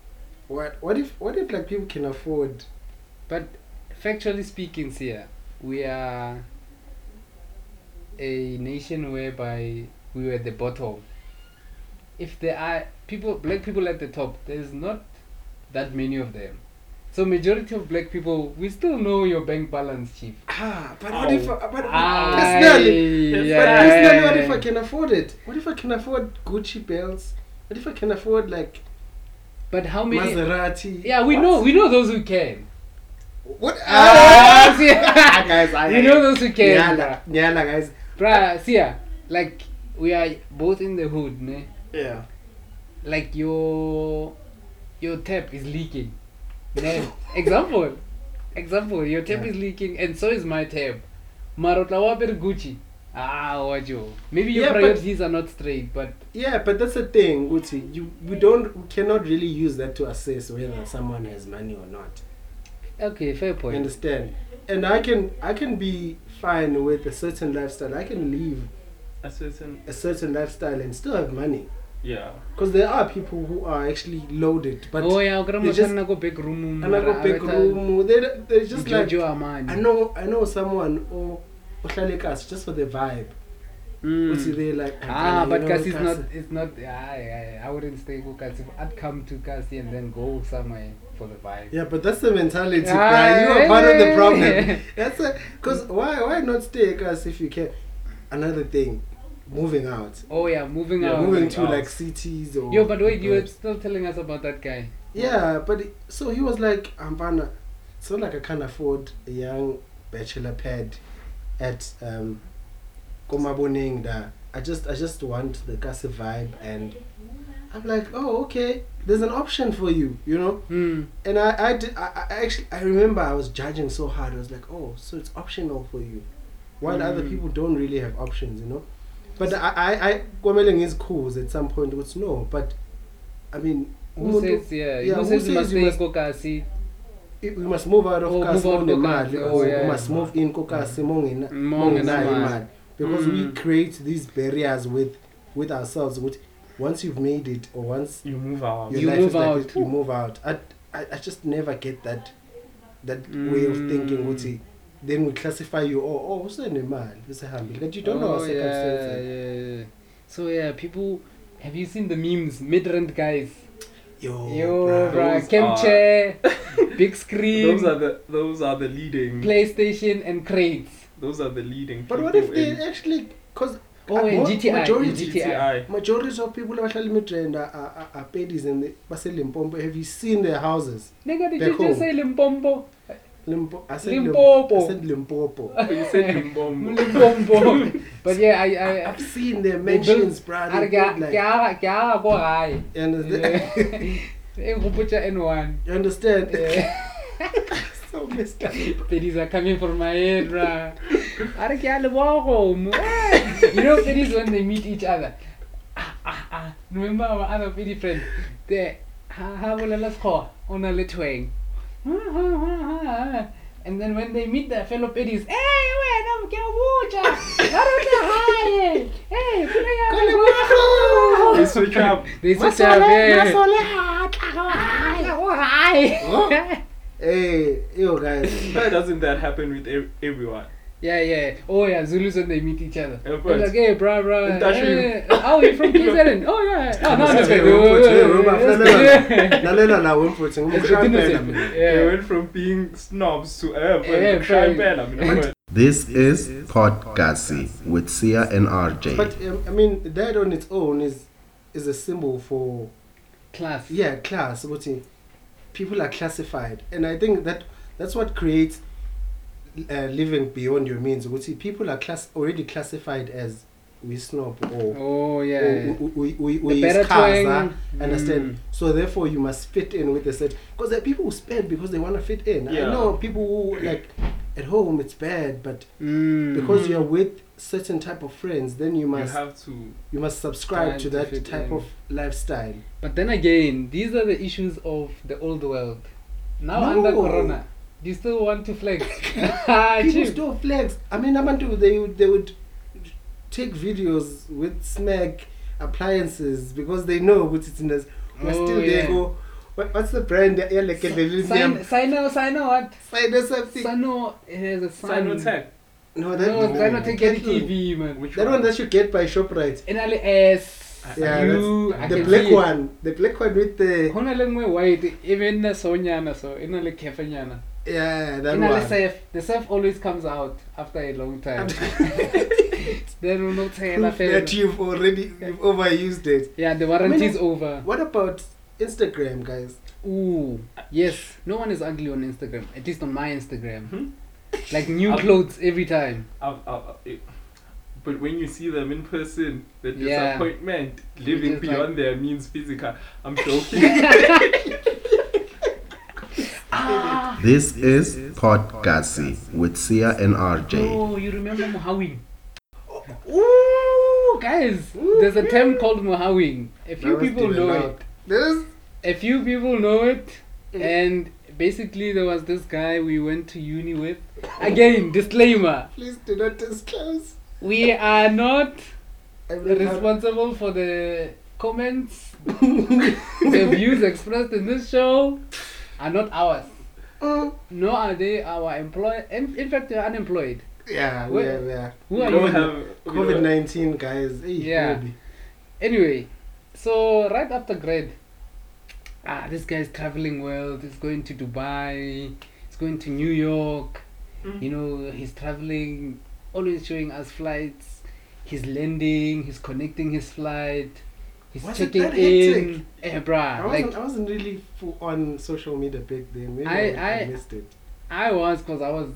Speaker 2: What what if what if like people can afford?
Speaker 3: But factually speaking, Sia, we are a nation whereby we were at the bottom. If there are people, black people at the top, there's not that many of them. So majority of black people, we still know your bank balance, chief.
Speaker 2: Ah, but what if
Speaker 4: Ow.
Speaker 2: but personally,
Speaker 3: Aye,
Speaker 2: but personally, what if I
Speaker 3: yeah.
Speaker 2: can afford it? What if I can afford Gucci belts? What if I can afford like
Speaker 3: But how many?
Speaker 2: Maserati?
Speaker 3: Yeah, we
Speaker 2: What?
Speaker 3: know, we know those who can.
Speaker 2: What?
Speaker 3: Ah, see-
Speaker 2: guys, I,
Speaker 3: you know those who can.
Speaker 2: Nyala, nyala, guys.
Speaker 3: Bruh, Sia, like we are both in the hood, ne?
Speaker 2: Yeah.
Speaker 3: like your your tap is leaking. Then example, example, your tap
Speaker 2: Yeah.
Speaker 3: is leaking and so is my tap. Marotlawa per Gucci. Ah, wajo. Maybe your
Speaker 2: Yeah, but-
Speaker 3: priorities are not straight, but
Speaker 2: Yeah, but that's the thing, Gucci. You we don't we cannot really use that to assess whether someone has money or not.
Speaker 3: okay, fair
Speaker 2: You
Speaker 3: point.
Speaker 2: understand? And I can I can be fine with a certain lifestyle. I can live
Speaker 4: A certain.
Speaker 2: a certain lifestyle and still have money.
Speaker 4: Yeah.
Speaker 2: Because there are people who are actually loaded, but
Speaker 3: oh yeah, ukura
Speaker 2: they just-
Speaker 3: motho go back room.
Speaker 2: and I go back room. They they just like
Speaker 3: Jojo Amani.
Speaker 2: I know I know someone or us just for the vibe.
Speaker 3: Mm.
Speaker 2: Which is they like
Speaker 3: Ah,
Speaker 2: "Akana,
Speaker 3: but
Speaker 2: you know,
Speaker 3: Kasi is not.
Speaker 2: Kasi."
Speaker 3: It's not. Ah, yeah, yeah, I wouldn't stay with Kasi. I'd come to Kasi and then go somewhere for the vibe.
Speaker 2: Yeah, but that's the mentality,
Speaker 3: Ah,
Speaker 2: guy. You are part of the
Speaker 3: yeah.
Speaker 2: problem. That's a because why why not stay us if you can? Another thing, moving out,
Speaker 3: Oh yeah, moving
Speaker 4: Yeah,
Speaker 3: on.
Speaker 2: moving to
Speaker 4: out.
Speaker 2: like cities or
Speaker 3: Yo, but wait, you were
Speaker 2: Yeah.
Speaker 3: still telling us about that guy.
Speaker 2: Yeah, but it- so he was like, I'm gonna. It's not like I can't afford a young bachelor pad at um, Komabonengda. I just, I just want the Kasi vibe, and I'm like, oh, okay. There's an option for you, you know.
Speaker 3: Hmm.
Speaker 2: And I, I, did, I, I actually, I remember I was judging so hard. I was like, oh, so it's optional for you, while other
Speaker 3: Mm.
Speaker 2: people don't really have options, you know. But I, I, I Komeling is cool at some point. It's no, but I mean,
Speaker 3: Who
Speaker 2: umuntu-
Speaker 3: says yeah?
Speaker 2: yeah,
Speaker 3: who
Speaker 2: who
Speaker 3: says you must
Speaker 2: says you
Speaker 3: stay
Speaker 2: must-
Speaker 3: kokasi?
Speaker 2: I- we must move out of
Speaker 3: Oh,
Speaker 2: kasi
Speaker 3: move out of
Speaker 2: mawunemali
Speaker 3: kasi,
Speaker 2: or
Speaker 3: oh, yeah.
Speaker 2: we must move in kokasi
Speaker 3: Mawungenayo
Speaker 2: mawungena- mawungenayo imali because
Speaker 3: Mm.
Speaker 2: we create these barriers with with ourselves with once you've made it or once
Speaker 4: You move out.
Speaker 2: your
Speaker 3: You
Speaker 2: life
Speaker 3: move
Speaker 2: is like
Speaker 3: out.
Speaker 2: this, you move out I, I, I just never get that that way
Speaker 3: Mm.
Speaker 2: of thinking ukuthi then we classify you oh oh usenemali usehambile but you don't know our
Speaker 3: Oh, yeah,
Speaker 2: circumstances
Speaker 3: yeah, yeah. So yeah, people. Have you seen the memes? Mid-rent guys.
Speaker 2: yo,
Speaker 3: Yo,
Speaker 2: bruh.
Speaker 3: bruh,
Speaker 4: Those
Speaker 3: cam
Speaker 4: are-
Speaker 3: chair, big screen,
Speaker 4: Those are the those are the leading.
Speaker 3: PlayStation, and crates.
Speaker 4: Those are the leading.
Speaker 2: but what
Speaker 4: people
Speaker 2: if they
Speaker 4: in
Speaker 2: actually because
Speaker 3: Oh, and
Speaker 2: Abo-
Speaker 3: GTI, and
Speaker 2: majority-
Speaker 3: GTI.
Speaker 4: GTI.
Speaker 2: majority of people abahlala imidrand are pedis and they- baselimpompo have you seen their houses
Speaker 3: Nigga, did
Speaker 2: Back
Speaker 3: you just
Speaker 2: home.
Speaker 3: say Limpombo?
Speaker 2: Limpo- I said
Speaker 3: Limpopo.
Speaker 2: Lim- I said Limpopo.
Speaker 4: But you said Limbombo.
Speaker 3: Limpombo. but yeah, I, I,
Speaker 2: I've seen their
Speaker 3: They built-
Speaker 2: mansions, bro.
Speaker 3: I,
Speaker 2: They
Speaker 3: ga-
Speaker 2: built like-
Speaker 3: ga- ga- go high.
Speaker 2: You understand?
Speaker 3: Eh, go put your N1.
Speaker 2: You understand?
Speaker 3: Eh.
Speaker 2: so messed up.
Speaker 3: Ladies are coming for my head, bruh. a re ke a leboga kgomo Eh, you know ladies when they meet each other ah, ah, ah, remember our other pedi friend the ha ha bolela sekgowa o na le tweng Ah, ah, ah, ah, ah. and then when they meet their fellow pedis hey wena ke o botsa ba rata hae hey pula ya
Speaker 2: Ka leboga.
Speaker 4: They switch up.
Speaker 3: they switch up yeah
Speaker 2: Oh.
Speaker 3: yeah
Speaker 2: Hey, yo guys.
Speaker 4: Why doesn't that happen with ev- everyone?
Speaker 3: yeah oh yeah zulus when they meet each other
Speaker 4: Yeah, of
Speaker 3: They're
Speaker 4: course.
Speaker 3: like hey bro bro
Speaker 4: Ntashu.
Speaker 3: hey, oh you from KZN oh yeah oh no that's
Speaker 2: Hey,
Speaker 3: good
Speaker 2: Rupert, hey, Rupert,
Speaker 3: yeah
Speaker 2: Lalela la Winford, ngumshayamphela.
Speaker 4: They
Speaker 3: yeah
Speaker 4: went from being snobs to uh,
Speaker 3: Yeah,
Speaker 4: but try
Speaker 3: fine.
Speaker 4: bad. I mean, but
Speaker 1: This is Podgassy with Sia and RJ.
Speaker 2: But um, I mean, that on its own is is a symbol for
Speaker 3: class
Speaker 2: yeah class. What people are classified, and I think that that's what creates uh, living beyond your means. What people are class already classified as we snob or.
Speaker 3: oh yeah
Speaker 2: or We, we,
Speaker 3: The
Speaker 2: we, we
Speaker 3: better twang.
Speaker 2: understand.
Speaker 3: Mm.
Speaker 2: So therefore, you must fit in with the set because there are people who spend because they want to fit in.
Speaker 4: Yeah.
Speaker 2: I know people who like at home it's bad, but
Speaker 3: Mm.
Speaker 2: because you're with certain type of friends, then you
Speaker 4: you
Speaker 2: must
Speaker 4: have to.
Speaker 2: you must subscribe
Speaker 3: Time
Speaker 2: to
Speaker 3: to
Speaker 2: that
Speaker 3: fit
Speaker 2: type
Speaker 3: in.
Speaker 2: of lifestyle.
Speaker 3: But then again, these are the issues of the old world. Now
Speaker 2: No.
Speaker 3: under Corona, do you still want to flex?
Speaker 2: People
Speaker 3: Chief.
Speaker 2: still flex. I mean, Abantu, they would they would take videos with smack appliances because they know what it's in this. But
Speaker 3: Oh,
Speaker 2: still, they
Speaker 3: yeah.
Speaker 2: go. What, what's the brand? Yeah, like in the
Speaker 3: Sino,
Speaker 2: lithium.
Speaker 3: Sino, Sino what?
Speaker 2: Sino something.
Speaker 3: Sino it has a sign.
Speaker 4: Sinotech,
Speaker 2: No, that
Speaker 3: No,
Speaker 4: No.
Speaker 3: Sino take
Speaker 2: that
Speaker 3: TV, man.
Speaker 4: which
Speaker 2: That one that you get by Shoprite.
Speaker 3: And Ali S.
Speaker 2: Yeah,
Speaker 3: you, I
Speaker 4: that's-
Speaker 2: The
Speaker 3: can
Speaker 2: black
Speaker 3: see it.
Speaker 2: one. The black one with
Speaker 3: Go
Speaker 2: the
Speaker 3: na le nngwe white e even na sonyana so e na le cafenyana
Speaker 2: yeah
Speaker 3: e
Speaker 2: that
Speaker 3: na le
Speaker 2: one.
Speaker 3: surf the surf always comes out after a long time then o no tshela
Speaker 2: Proof
Speaker 3: fela
Speaker 2: that you've already you've overused it.
Speaker 3: yeah the warranty
Speaker 2: I mean,
Speaker 3: is over
Speaker 2: What about Instagram, guys?
Speaker 3: Ooh, yes. No one is ugly on Instagram. At least on my Instagram.
Speaker 4: Hmm?
Speaker 3: Like new
Speaker 4: Um,
Speaker 3: clothes every time.
Speaker 4: I've, I've, i but when you see them in person, the
Speaker 3: Yeah.
Speaker 4: disappointment,
Speaker 3: You're
Speaker 4: living
Speaker 3: just
Speaker 4: beyond
Speaker 3: like-
Speaker 4: their means physical. I'm joking.
Speaker 3: Ah,
Speaker 1: This is Podgassy with Sia and RJ.
Speaker 3: oh, you remember mohawing?
Speaker 2: Ooh,
Speaker 3: Guys, there's a term called mohawing. A few people know it.
Speaker 2: This
Speaker 3: A few people know it.
Speaker 2: Mm.
Speaker 3: And basically, there was this guy we went to uni with. Again, disclaimer:
Speaker 2: please do not disclose.
Speaker 3: we are not
Speaker 2: I've not had-
Speaker 3: responsible for the comments. the views expressed in this show are not ours.
Speaker 2: Mm.
Speaker 3: No, are they our employ? In, in fact, they are unemployed.
Speaker 2: Yeah,
Speaker 3: Well,
Speaker 2: yeah, yeah.
Speaker 3: Who
Speaker 4: we
Speaker 3: are
Speaker 4: don't
Speaker 3: you?
Speaker 4: have we
Speaker 2: COVID
Speaker 4: don't-
Speaker 2: nineteen, guys. Hey,
Speaker 3: Yeah.
Speaker 2: baby.
Speaker 3: Anyway, so right after grad, ah, this guy's traveling world. He's going to Dubai. He's going to New York.
Speaker 4: Mm.
Speaker 3: You know, he's traveling, always showing us flights. He's landing. He's connecting his flight. He's
Speaker 2: Was it
Speaker 3: checking
Speaker 2: that
Speaker 3: in. Eh,
Speaker 2: I
Speaker 3: bruh,
Speaker 2: wasn't,
Speaker 3: like
Speaker 2: I wasn't really full on social media back then. Maybe
Speaker 3: I-
Speaker 2: I,
Speaker 3: I-
Speaker 2: missed it.
Speaker 3: I was because I was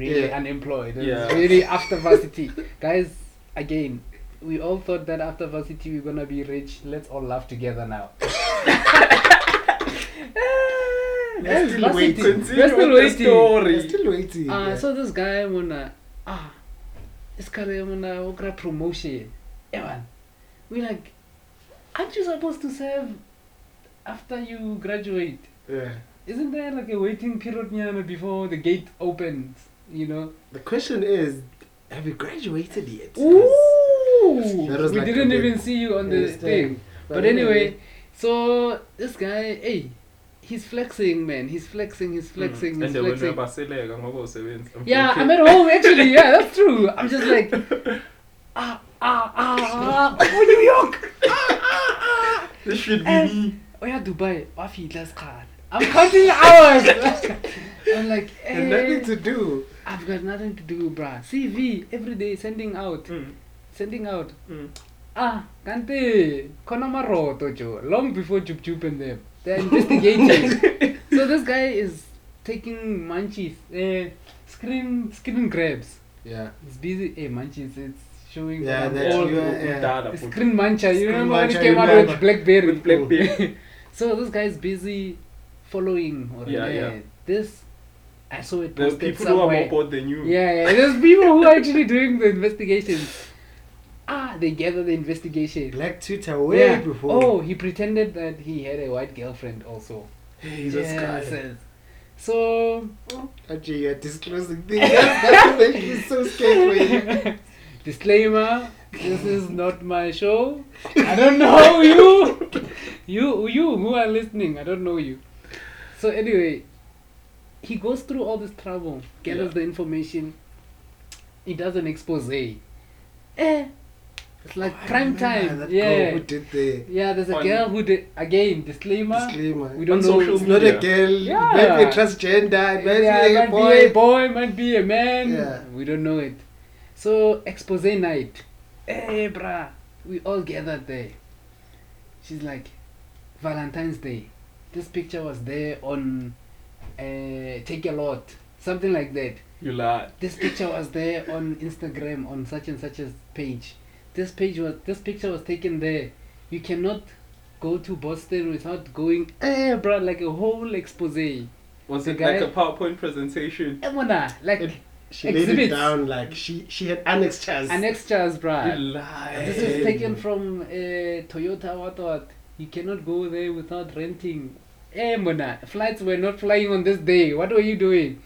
Speaker 3: really
Speaker 2: Yeah.
Speaker 3: unemployed. It was
Speaker 4: Yeah.
Speaker 3: really after varsity. Guys, again, we all thought that after varsity we're gonna be rich. Let's all laugh together now. Guys,
Speaker 2: still
Speaker 3: varsity.
Speaker 2: waiting.
Speaker 3: We're
Speaker 4: Continue
Speaker 3: still
Speaker 4: with the
Speaker 3: waiting.
Speaker 2: I'm
Speaker 4: story.
Speaker 2: still waiting.
Speaker 3: Uh,
Speaker 2: yeah.
Speaker 3: so this guy wanna ah this guy wanna work a promotion. Yeah man. We like aren't you supposed to serve after you graduate?
Speaker 2: yeah.
Speaker 3: Isn't there like a waiting period nyana before the gate opens? You know?
Speaker 2: The question is, have you graduated yet?
Speaker 3: Ooh!
Speaker 2: That was
Speaker 3: we
Speaker 2: like
Speaker 3: didn't
Speaker 2: a
Speaker 3: even
Speaker 2: big-
Speaker 3: see you on the
Speaker 2: Yes,
Speaker 3: thing. But, anyway, so this guy, hey, he's flexing, man. He's flexing, he's flexing,
Speaker 4: Mm.
Speaker 3: he's
Speaker 4: And they will
Speaker 3: flexing.
Speaker 4: never sell it, I'm not gonna say it. I'm
Speaker 3: Yeah,
Speaker 4: joking.
Speaker 3: I'm at home actually. Yeah, that's true. I'm just like, ah, ah, ah, ah. Oh, New York! Ah, ah, ah.
Speaker 4: This should be
Speaker 3: And-
Speaker 4: me.
Speaker 3: Oh, yeah, Dubai. Wafi, let's car. I'm counting the hours. I'm like,
Speaker 2: and
Speaker 3: hey,
Speaker 2: nothing to do.
Speaker 3: I've got nothing to do, bruh. CV, every day, sending out,
Speaker 4: Mm,
Speaker 3: sending out.
Speaker 4: mm.
Speaker 3: Ah, kante khona maroto jo long before Jup Jup and them. They're investigating. so this guy is taking munchies, uh, screen screen grabs.
Speaker 2: Yeah.
Speaker 3: He's busy. Hey, munchies, it's showing
Speaker 2: Yeah,
Speaker 3: on
Speaker 2: that
Speaker 3: all
Speaker 2: you are-
Speaker 3: the-
Speaker 2: yeah.
Speaker 4: Data put-
Speaker 3: screen muncher. You
Speaker 2: Screen
Speaker 3: remember when
Speaker 2: muncher,
Speaker 3: it came
Speaker 2: you
Speaker 3: out
Speaker 2: remember.
Speaker 3: with BlackBerry?
Speaker 4: With BlackBerry.
Speaker 3: so this guy is busy following or
Speaker 4: Yeah, yeah.
Speaker 3: this I saw it
Speaker 4: The
Speaker 3: posted
Speaker 4: people who are
Speaker 3: somewhere.
Speaker 4: more bored than you.
Speaker 3: yeah, yeah, there's people who are actually doing the investigations. Ah, they gather the investigation.
Speaker 2: Black Twitter way
Speaker 3: Yeah.
Speaker 2: before.
Speaker 3: Oh, he pretended that he had a white girlfriend also.
Speaker 4: Hey, this guy.
Speaker 3: Yes. So
Speaker 2: Actually, you're disclosing things. That's what makes me so scared for you.
Speaker 3: disclaimer: This is not my show. I don't know you. You, you who are listening, I don't know you. So anyway, he goes through all this trouble, gathers
Speaker 4: Yeah.
Speaker 3: the information. He does an expose. Eh, it's like
Speaker 2: Oh, I
Speaker 3: prime
Speaker 2: remember
Speaker 3: time.
Speaker 2: That girl
Speaker 3: yeah,
Speaker 2: who did the
Speaker 3: yeah. There's a
Speaker 4: On-
Speaker 3: girl who did again. Disclaimer:
Speaker 2: disclaimer.
Speaker 3: We don't
Speaker 4: On
Speaker 3: know.
Speaker 4: social
Speaker 2: it's not a
Speaker 4: media.
Speaker 2: girl.
Speaker 3: Yeah.
Speaker 2: Maybe a transgender. Maybe
Speaker 3: yeah,
Speaker 2: a
Speaker 3: might
Speaker 2: boy.
Speaker 3: be a boy, might be a man.
Speaker 2: Yeah.
Speaker 3: We don't know it. So expose night. Hey, bruh, we all gathered there. She's like, Valentine's Day. This picture was there on uh, Take a Lot, something like that.
Speaker 4: You lied.
Speaker 3: This picture was there on Instagram on such and such a page. This page was this picture was taken there. You cannot go to Boston without going, eh, bruh, like a whole expose.
Speaker 4: Was
Speaker 3: The
Speaker 4: it
Speaker 3: guy-
Speaker 4: like a PowerPoint presentation?
Speaker 3: Emona, like.
Speaker 2: It- She laid it
Speaker 3: Exhibits.
Speaker 2: down like she she had annex chance.
Speaker 3: and extras,
Speaker 4: You
Speaker 3: bruh.
Speaker 4: lied.
Speaker 3: This is taken from uh, Toyota, what what. You cannot go there without renting. Eh, mona, flights were not flying on this day. What were you doing?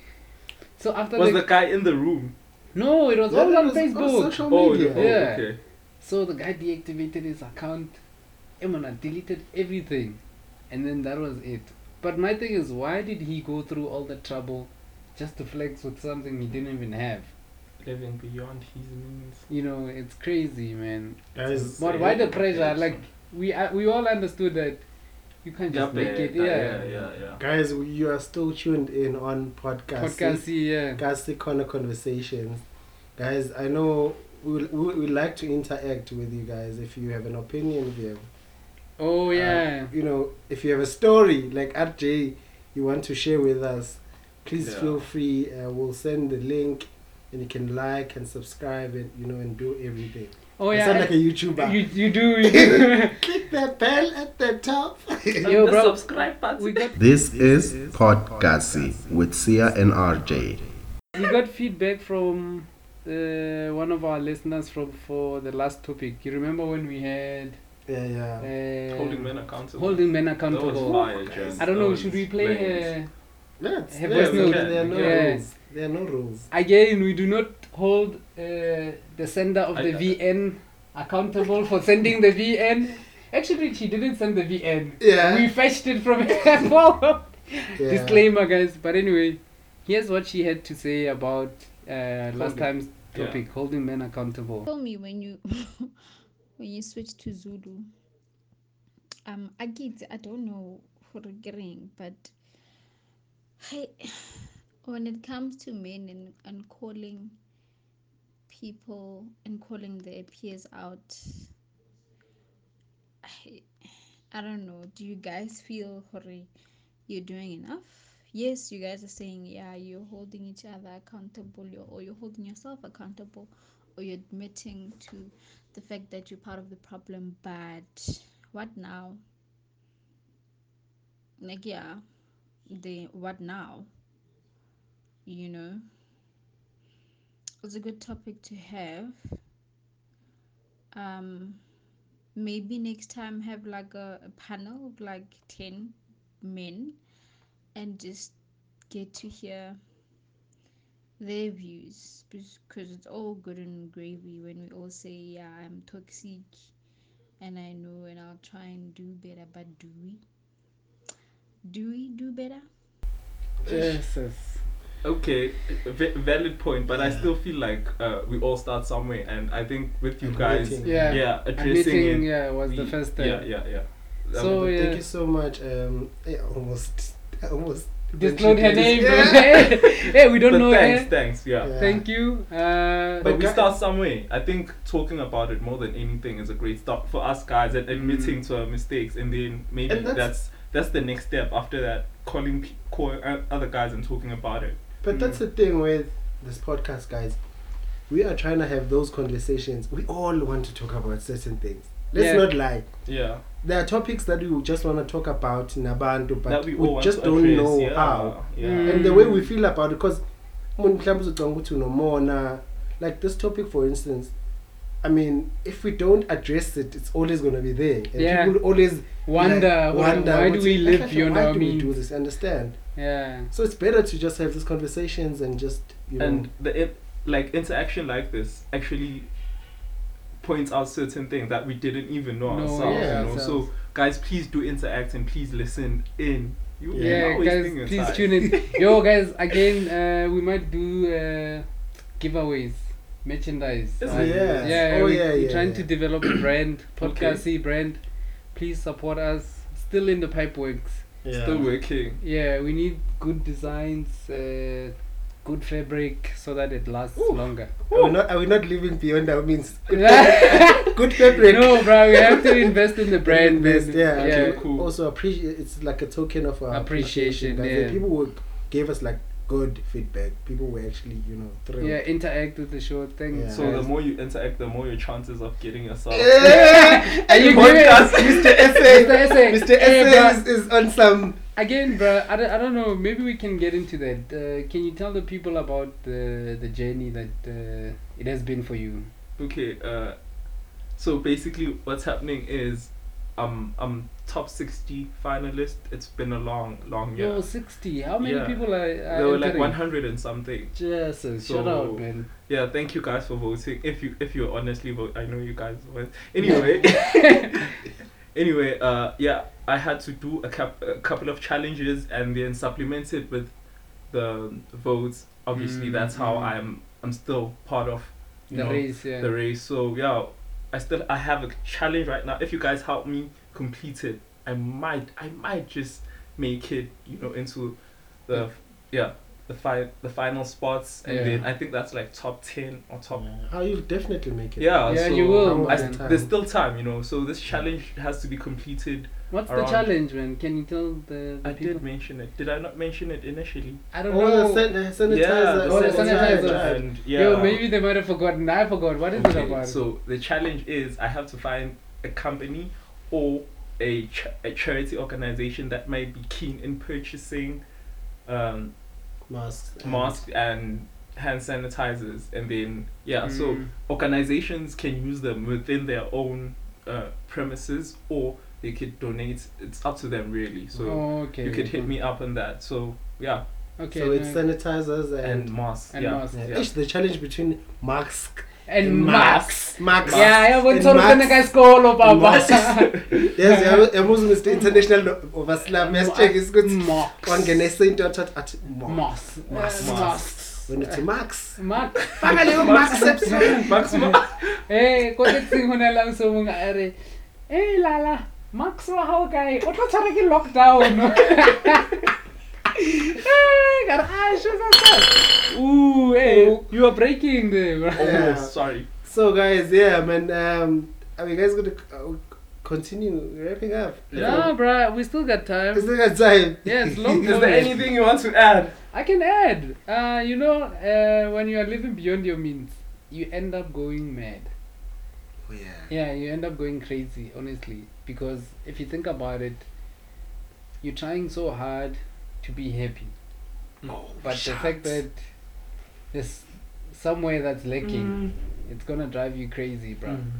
Speaker 3: So after
Speaker 4: Was
Speaker 3: the,
Speaker 4: the guy in the room?
Speaker 3: no, it was
Speaker 2: Yeah,
Speaker 3: all
Speaker 2: that
Speaker 3: on
Speaker 2: was
Speaker 3: Facebook.
Speaker 2: social
Speaker 4: Oh,
Speaker 2: media.
Speaker 4: oh,
Speaker 3: Yeah.
Speaker 4: okay.
Speaker 3: So the guy deactivated his account. Eh, mona, deleted everything, and then that was it. But my thing is, why did he go through all the trouble just to flex with something he didn't even have?
Speaker 4: Living beyond his means.
Speaker 3: You know, it's crazy, man.
Speaker 2: Guys, eh,
Speaker 3: But why the pressure? Like we uh, we all understood that you can't just
Speaker 4: Yeah,
Speaker 3: make it.
Speaker 4: yeah,
Speaker 3: Yeah.
Speaker 4: yeah, yeah, yeah.
Speaker 2: guys, you are still tuned in on podcast.
Speaker 3: Podcast, yeah.
Speaker 2: Gasty Corner Conversations. Guys, I know we we would like to interact with you guys if you have an opinion if you have,
Speaker 4: Uh,
Speaker 3: Oh yeah.
Speaker 2: you know, if you have a story like RJ you want to share with us, please
Speaker 4: Yeah.
Speaker 2: feel free. Uh, we'll send the link and you can like and subscribe and, you know, and do everything.
Speaker 3: oh
Speaker 2: I
Speaker 3: yeah.
Speaker 2: sound like a
Speaker 3: and-
Speaker 2: YouTuber.
Speaker 3: you you do. You do.
Speaker 2: Click that bell at the top.
Speaker 3: Yo, bro.
Speaker 4: subscribe button.
Speaker 3: We got
Speaker 1: This is Podcasty with Sia and RJ.
Speaker 3: we got feedback from uh, one of our listeners from for the last topic. You remember when we had
Speaker 2: yeah, yeah.
Speaker 3: uh,
Speaker 4: holding men accountable.
Speaker 3: holding men
Speaker 4: that was
Speaker 3: accountable.
Speaker 4: fire, James.
Speaker 3: I don't
Speaker 4: That
Speaker 3: know.
Speaker 4: was
Speaker 3: Should we
Speaker 4: blaze.
Speaker 3: play? Uh,
Speaker 2: Let's,
Speaker 3: Have
Speaker 2: let's,
Speaker 4: voice
Speaker 2: okay,
Speaker 4: note.
Speaker 2: there are no
Speaker 3: Yeah.
Speaker 2: rules. There are no rules.
Speaker 3: again, we do not hold uh, the sender of
Speaker 4: I-
Speaker 3: the
Speaker 4: I-
Speaker 3: VN accountable for sending the VN. Actually, she didn't send the VN.
Speaker 2: Yeah.
Speaker 3: We fetched it from Apple.
Speaker 2: Yeah.
Speaker 3: Disclaimer, guys. But anyway, here's what she had to say about uh, last
Speaker 4: Holding-
Speaker 3: time's
Speaker 4: yeah.
Speaker 3: topic holding men accountable.
Speaker 5: Tell me when you when you switch to Zulu. Um, Agit, I don't know who getting, but hey, when it comes to men and, and calling people and calling their peers out, I, I don't know. Do you guys feel hurry you're doing enough? Yes, you guys are saying yeah, you're holding each other accountable, you're, or you're holding yourself accountable or you're admitting to the fact that you're part of the problem, but what now? Like, yeah, the what now? You know, it's a good topic to have. Um, maybe next time have like a, a panel of like 10 men and just get to hear their views because it's all good and gravy when we all say, Yeah, I'm toxic and I know and I'll try and do better, but do we? Do we do better?
Speaker 3: Jesus.
Speaker 4: Okay, v- valid point, but I still feel like uh, we all start somewhere, and I think with you guys,
Speaker 2: Admitting.
Speaker 3: Yeah.
Speaker 4: yeah, addressing
Speaker 3: Admitting,
Speaker 4: it
Speaker 3: yeah, was the
Speaker 4: we-
Speaker 3: first step.
Speaker 4: Yeah, yeah, yeah. That
Speaker 3: So,
Speaker 4: was-
Speaker 3: yeah.
Speaker 2: Thank you so much. Um, I almost, I almost.
Speaker 3: Disclose her name.
Speaker 2: Yeah.
Speaker 3: bro. hey, hey, we don't
Speaker 4: but
Speaker 3: know eh?
Speaker 4: thanks,
Speaker 3: her.
Speaker 4: thanks, yeah.
Speaker 2: Yeah.
Speaker 3: Thank you. Uh,
Speaker 4: But we
Speaker 2: guy-
Speaker 4: start somewhere. I think talking about it more than anything is a great start for us guys, and admitting to our mistakes, and then maybe
Speaker 2: And that's-
Speaker 4: that's, that's the next step. After that, calling pe- call uh, other guys and talking about it.
Speaker 2: But that's the thing with this podcast, guys. We are trying to have those conversations. We all want to talk about certain things. Let's
Speaker 3: Yeah.
Speaker 2: not lie.
Speaker 4: Yeah.
Speaker 2: There are topics that we just want to talk about Nabantu, but
Speaker 4: that
Speaker 2: we,
Speaker 4: we all want
Speaker 2: just
Speaker 4: to
Speaker 2: don't
Speaker 4: address,
Speaker 2: know
Speaker 4: yeah.
Speaker 2: how.
Speaker 4: Yeah.
Speaker 3: Mm.
Speaker 2: and the way we feel about it because umuntu mhlawumbe uzocanga ukuthi unomona like this topic for instance i mean if we don't address it it's always going to be there and
Speaker 3: Yeah.
Speaker 2: people always
Speaker 3: Wonder,
Speaker 2: like,
Speaker 3: wonder why do
Speaker 2: ukuthi,
Speaker 3: we live
Speaker 2: "Kahle,
Speaker 3: beyond
Speaker 2: why
Speaker 3: our
Speaker 2: do we do
Speaker 3: means?
Speaker 2: this understand
Speaker 3: Yeah.
Speaker 2: so it's better to just have these conversations and just you know
Speaker 4: and the in, like interaction like this actually points out certain things that we didn't even know
Speaker 3: No,
Speaker 4: ourselves.
Speaker 2: yeah,
Speaker 4: you know,
Speaker 3: ourselves.
Speaker 4: so guys, please do interact and please listen in. You
Speaker 2: Yeah.
Speaker 4: you
Speaker 3: Yeah,
Speaker 4: always
Speaker 3: guys,
Speaker 4: think
Speaker 3: please
Speaker 4: inside.
Speaker 3: tune in. Yo, guys, again, uh, we might do uh, giveaways, merchandise.
Speaker 4: Is
Speaker 3: Uh,
Speaker 4: it?
Speaker 2: Yes.
Speaker 3: yeah,
Speaker 2: Oh,
Speaker 3: we,
Speaker 2: yeah,
Speaker 3: we're
Speaker 2: yeah,
Speaker 3: trying
Speaker 2: yeah.
Speaker 3: to develop a brand,
Speaker 4: Okay.
Speaker 3: podcasty brand. Please support us. Still in the pipe works.
Speaker 4: Still working.
Speaker 3: Yeah, we need good designs, uh, good fabric, so that it lasts longer.
Speaker 2: are, we not, are we not living beyond our means good,
Speaker 3: no,
Speaker 2: good fabric
Speaker 3: bro, we have to invest in the brand.
Speaker 2: best
Speaker 3: man.
Speaker 2: yeah,
Speaker 3: yeah.
Speaker 4: Okay, cool.
Speaker 2: also appreciate it's like a token of our
Speaker 3: Appreciation,
Speaker 2: appreciation, guys.
Speaker 3: yeah.
Speaker 2: people were, gave us like good feedback people were actually you know thrilled
Speaker 3: Yeah, interact with the show. Thanks.
Speaker 2: Yeah.
Speaker 4: So the more you interact, the more your chances of getting yourself.
Speaker 2: Yeah.
Speaker 3: Are you
Speaker 2: Podcast,
Speaker 3: giving-
Speaker 2: Mr. Essay.
Speaker 3: Mr. Essay.
Speaker 2: Mr.
Speaker 3: Hey,
Speaker 2: Essay
Speaker 3: bruh.
Speaker 2: is, is on some.
Speaker 3: Again, bruh, I don't, I don't know. Maybe we can get into that. Uh, can you tell the people about the the journey that uh, it has been for you?
Speaker 4: Okay, uh, so basically what's happening is um I'm top sixty finalist. It's been a long, long year.
Speaker 3: Yo, sixty. How many
Speaker 4: Yeah.
Speaker 3: people are, are
Speaker 4: there were like
Speaker 3: entering?
Speaker 4: one hundred and something.
Speaker 3: Jesus, shut
Speaker 4: So-
Speaker 3: up, man.
Speaker 4: Yeah, thank you guys for voting. If you if you honestly vote, I know you guys went. Anyway, anyway, uh, yeah, I had to do a, cap- a couple of challenges and then supplement it with the votes. Obviously,
Speaker 3: Mm,
Speaker 4: that's how
Speaker 3: mm.
Speaker 4: I'm I'm still part of
Speaker 3: The
Speaker 4: you know,
Speaker 3: race, yeah.
Speaker 4: the race. So yeah, I still I have a challenge right now. If you guys help me complete it, I might I might just make it you know into the yeah the fi- the final spots and
Speaker 3: Mm. Yeah.
Speaker 4: then I think that's like top ten or top
Speaker 2: Oh, you'll definitely make it.
Speaker 4: yeah.
Speaker 3: yeah,
Speaker 4: so
Speaker 3: you will.
Speaker 4: I
Speaker 2: Ah, How
Speaker 4: s-
Speaker 3: Man.
Speaker 2: much-
Speaker 4: there's still time, you know. So this challenge has to be completed.
Speaker 3: What's the
Speaker 4: around-
Speaker 3: challenge, man? Can you tell the, the
Speaker 4: I
Speaker 3: people?
Speaker 4: did mention it. Did I not mention it initially?
Speaker 3: I don't know.
Speaker 2: Oh, the san- sanitizer.
Speaker 4: Yeah,
Speaker 3: Oh, the sanitizer.
Speaker 2: right.
Speaker 4: And yeah.
Speaker 3: Yo, maybe they might have forgotten. I forgot. What is it
Speaker 4: Okay,
Speaker 3: about?
Speaker 4: So the challenge is I have to find a company or a, ch- a charity organization that might be keen in purchasing um,
Speaker 2: Masks.
Speaker 4: masks and hand sanitizers, and then yeah, so
Speaker 3: Mm.
Speaker 4: organizations can use them within their own uh, premises or they could donate. It's up to them really. So
Speaker 3: Oh, okay.
Speaker 4: you could hit me up on that. So yeah,
Speaker 3: Okay.
Speaker 2: so it's
Speaker 3: no.
Speaker 2: sanitizers
Speaker 4: and
Speaker 2: and.
Speaker 4: masks.
Speaker 3: And
Speaker 4: yeah.
Speaker 3: masks.
Speaker 2: yeah.
Speaker 4: yeah.
Speaker 2: Ish, the challenge between mask.
Speaker 3: and Max.
Speaker 2: masks. Max.
Speaker 3: Yeah, yeah,
Speaker 2: And
Speaker 3: when solo
Speaker 2: masks.
Speaker 3: kana ka skolo
Speaker 2: Max.
Speaker 3: baba.
Speaker 2: Yes, yeah, I'm also Mr. International oh, Overslap. Mass check is good.
Speaker 3: Max.
Speaker 2: One can say into at Max.
Speaker 3: Max.
Speaker 2: Max.
Speaker 3: Max.
Speaker 2: When it's Max.
Speaker 3: Max.
Speaker 2: Finally, Max episode.
Speaker 4: Max, Max.
Speaker 3: Eh, ko taxing ho na lang so mong a re. Eh lala, Max wa hao kae? O tla tshwara ke lockdown. Eh, ka re, "Ah, sure, sure, sure." Ooh, eh,
Speaker 2: Oh.
Speaker 3: you are breaking there. bro.
Speaker 2: Yeah.
Speaker 4: Almost, Oh, sorry.
Speaker 2: So guys, yeah, man. Um, are you guys gonna uh, continue wrapping up?
Speaker 3: Nah, bruh, we still got time.
Speaker 2: Is there a time?
Speaker 3: Yes, long
Speaker 4: Is there
Speaker 3: story.
Speaker 4: anything you want to add?
Speaker 3: I can add. Uh, you know, uh, when you are living beyond your means, you end up going mad.
Speaker 2: Oh, Yeah.
Speaker 3: Yeah, you end up going crazy, honestly. Because if you think about it, you're trying so hard to be happy.
Speaker 2: Oh,
Speaker 3: But the fact that there's somewhere that's lacking, it's gonna drive you crazy, bro.
Speaker 4: Mm.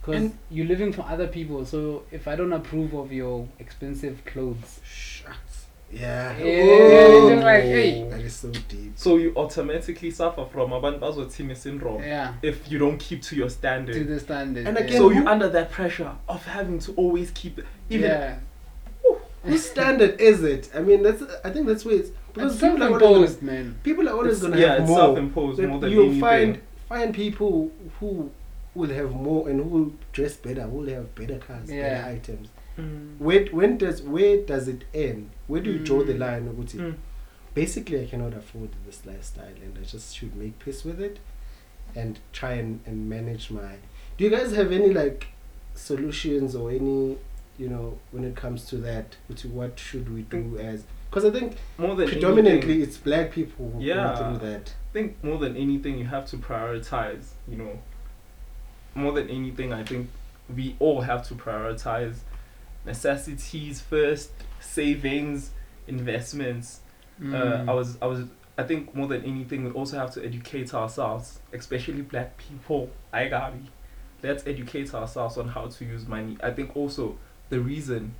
Speaker 3: Because
Speaker 2: Mm. And-
Speaker 3: you're living for other people, so if I don't approve of your expensive clothes,
Speaker 2: Shucks. Yeah. Oh.
Speaker 3: Yeah, it's just like, hey.
Speaker 2: That is so deep.
Speaker 4: So you automatically suffer from Abanbazotsimi syndrome
Speaker 3: yeah,
Speaker 4: if you don't keep to your
Speaker 3: to
Speaker 4: standard.
Speaker 3: the standard.
Speaker 2: And
Speaker 3: yeah.
Speaker 2: again,
Speaker 4: So you're under that pressure of having to always keep even
Speaker 3: yeah.
Speaker 2: Whose standard is it? I mean, that's. I think that's where it's
Speaker 3: It's
Speaker 2: because people are, always
Speaker 3: self-imposed, man.
Speaker 2: gonna, people are always
Speaker 4: it's,
Speaker 2: gonna
Speaker 4: yeah,
Speaker 2: have
Speaker 4: it's
Speaker 2: more.
Speaker 4: self-imposed
Speaker 2: But
Speaker 4: more than
Speaker 2: you'll
Speaker 4: anything.
Speaker 2: find find people who will have more and who will dress better, who will have better cars,
Speaker 3: Yeah.
Speaker 2: better items.
Speaker 4: Mm.
Speaker 2: where when does where does it end? Where do you draw the line? ukuthi,
Speaker 4: Mm.
Speaker 2: Basically, I cannot afford this lifestyle, and I just should make peace with it, and try and, and manage my. Do you guys have any like solutions or any you know when it comes to that? ukuthi what should we do as? Because I think
Speaker 4: More than
Speaker 2: predominantly
Speaker 4: Mm. anything,
Speaker 2: it's black people who
Speaker 4: Yeah.
Speaker 2: go through that.
Speaker 4: I think more than anything you have to prioritize. You know, more than anything, I think we all have to prioritize necessities first, savings, investments.
Speaker 3: Mm.
Speaker 4: Uh, I was I was I think more than anything we also have to educate ourselves, especially black people. I Gabi. Let's educate ourselves on how to use money. I think also the reason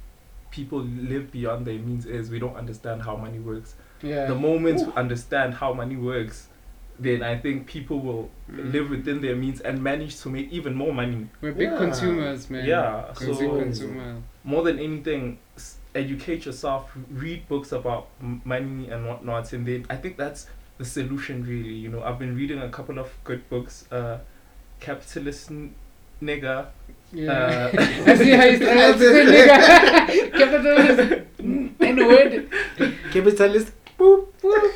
Speaker 4: people live beyond their means is we don't understand how money works.
Speaker 3: yeah.
Speaker 4: The moment we understand how money works, then I think people will
Speaker 3: Mm.
Speaker 4: live within their means and manage to make even more money.
Speaker 3: We're big
Speaker 2: Yeah.
Speaker 3: consumers, man.
Speaker 4: Yeah,
Speaker 3: We're big
Speaker 4: so-
Speaker 3: consumer.
Speaker 4: more than anything s- educate yourself read books about m- money and whatnot and then i think that's the solution really you know i've been reading a couple of good books uh capitalist N- nigga
Speaker 3: Yeah.
Speaker 4: Uh,
Speaker 3: I see how you start to say nigga. Capitalist. In a word.
Speaker 2: Capitalist. Boop.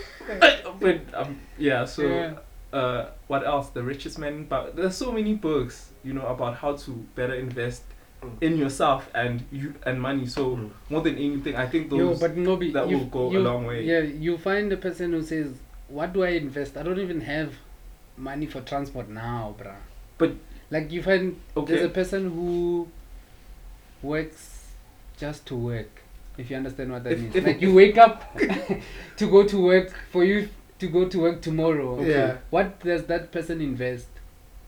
Speaker 4: but um, yeah so
Speaker 3: Yeah.
Speaker 4: uh what else the richest man but there's so many books you know about how to better invest
Speaker 2: Mm.
Speaker 4: in yourself and you and money so
Speaker 2: Mm.
Speaker 4: more than anything i think
Speaker 3: Yo,
Speaker 4: those
Speaker 3: but Nobi,
Speaker 4: that
Speaker 3: you,
Speaker 4: will go a
Speaker 3: you,
Speaker 4: long way.
Speaker 3: Yeah, you find a person who says, "What do I invest? I don't even have money for transport now, bruh."
Speaker 4: But-
Speaker 3: like you find
Speaker 4: okay
Speaker 3: there's a person who works just to work. If you understand what that
Speaker 4: If-
Speaker 3: means,
Speaker 4: if-
Speaker 3: like you wake up to go to work for you to go to work tomorrow.
Speaker 2: Okay. Yeah.
Speaker 3: What does that person invest?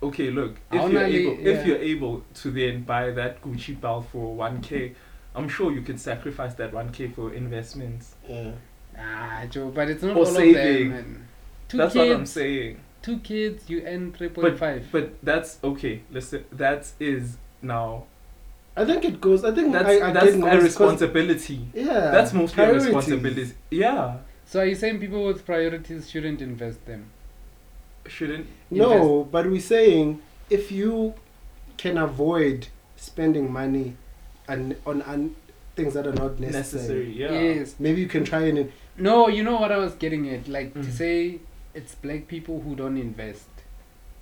Speaker 4: okay look
Speaker 3: I
Speaker 4: if you're
Speaker 3: wanna
Speaker 4: able
Speaker 3: be-
Speaker 4: if
Speaker 3: yeah.
Speaker 4: you're able to then buy that gucci belt for 1k i'm sure you could sacrifice that 1k for investments
Speaker 2: Yeah.
Speaker 3: Ah, Joe, but it's not
Speaker 4: Or
Speaker 3: all
Speaker 4: saving.
Speaker 3: of them. Man. Two
Speaker 4: that's
Speaker 3: kids,
Speaker 4: what i'm saying
Speaker 3: two kids, you earn three point five.
Speaker 4: but that's okay listen that is now
Speaker 2: I think it goes. I think
Speaker 4: that's
Speaker 2: I, I
Speaker 4: that's
Speaker 2: did
Speaker 4: my
Speaker 2: notice 'cause-
Speaker 4: responsibility
Speaker 2: Yeah.
Speaker 4: that's mostly a
Speaker 2: priorities.
Speaker 4: responsibility yeah
Speaker 3: So are you saying people with priorities shouldn't invest them?
Speaker 4: shouldn't
Speaker 2: No, but we're saying if you can avoid spending money and on un, things that are not necessary,
Speaker 4: necessary yeah
Speaker 3: Yes.
Speaker 2: maybe you can try and
Speaker 3: No, you know what I was getting at. Like to
Speaker 4: Mm.
Speaker 3: say it's black people who don't invest.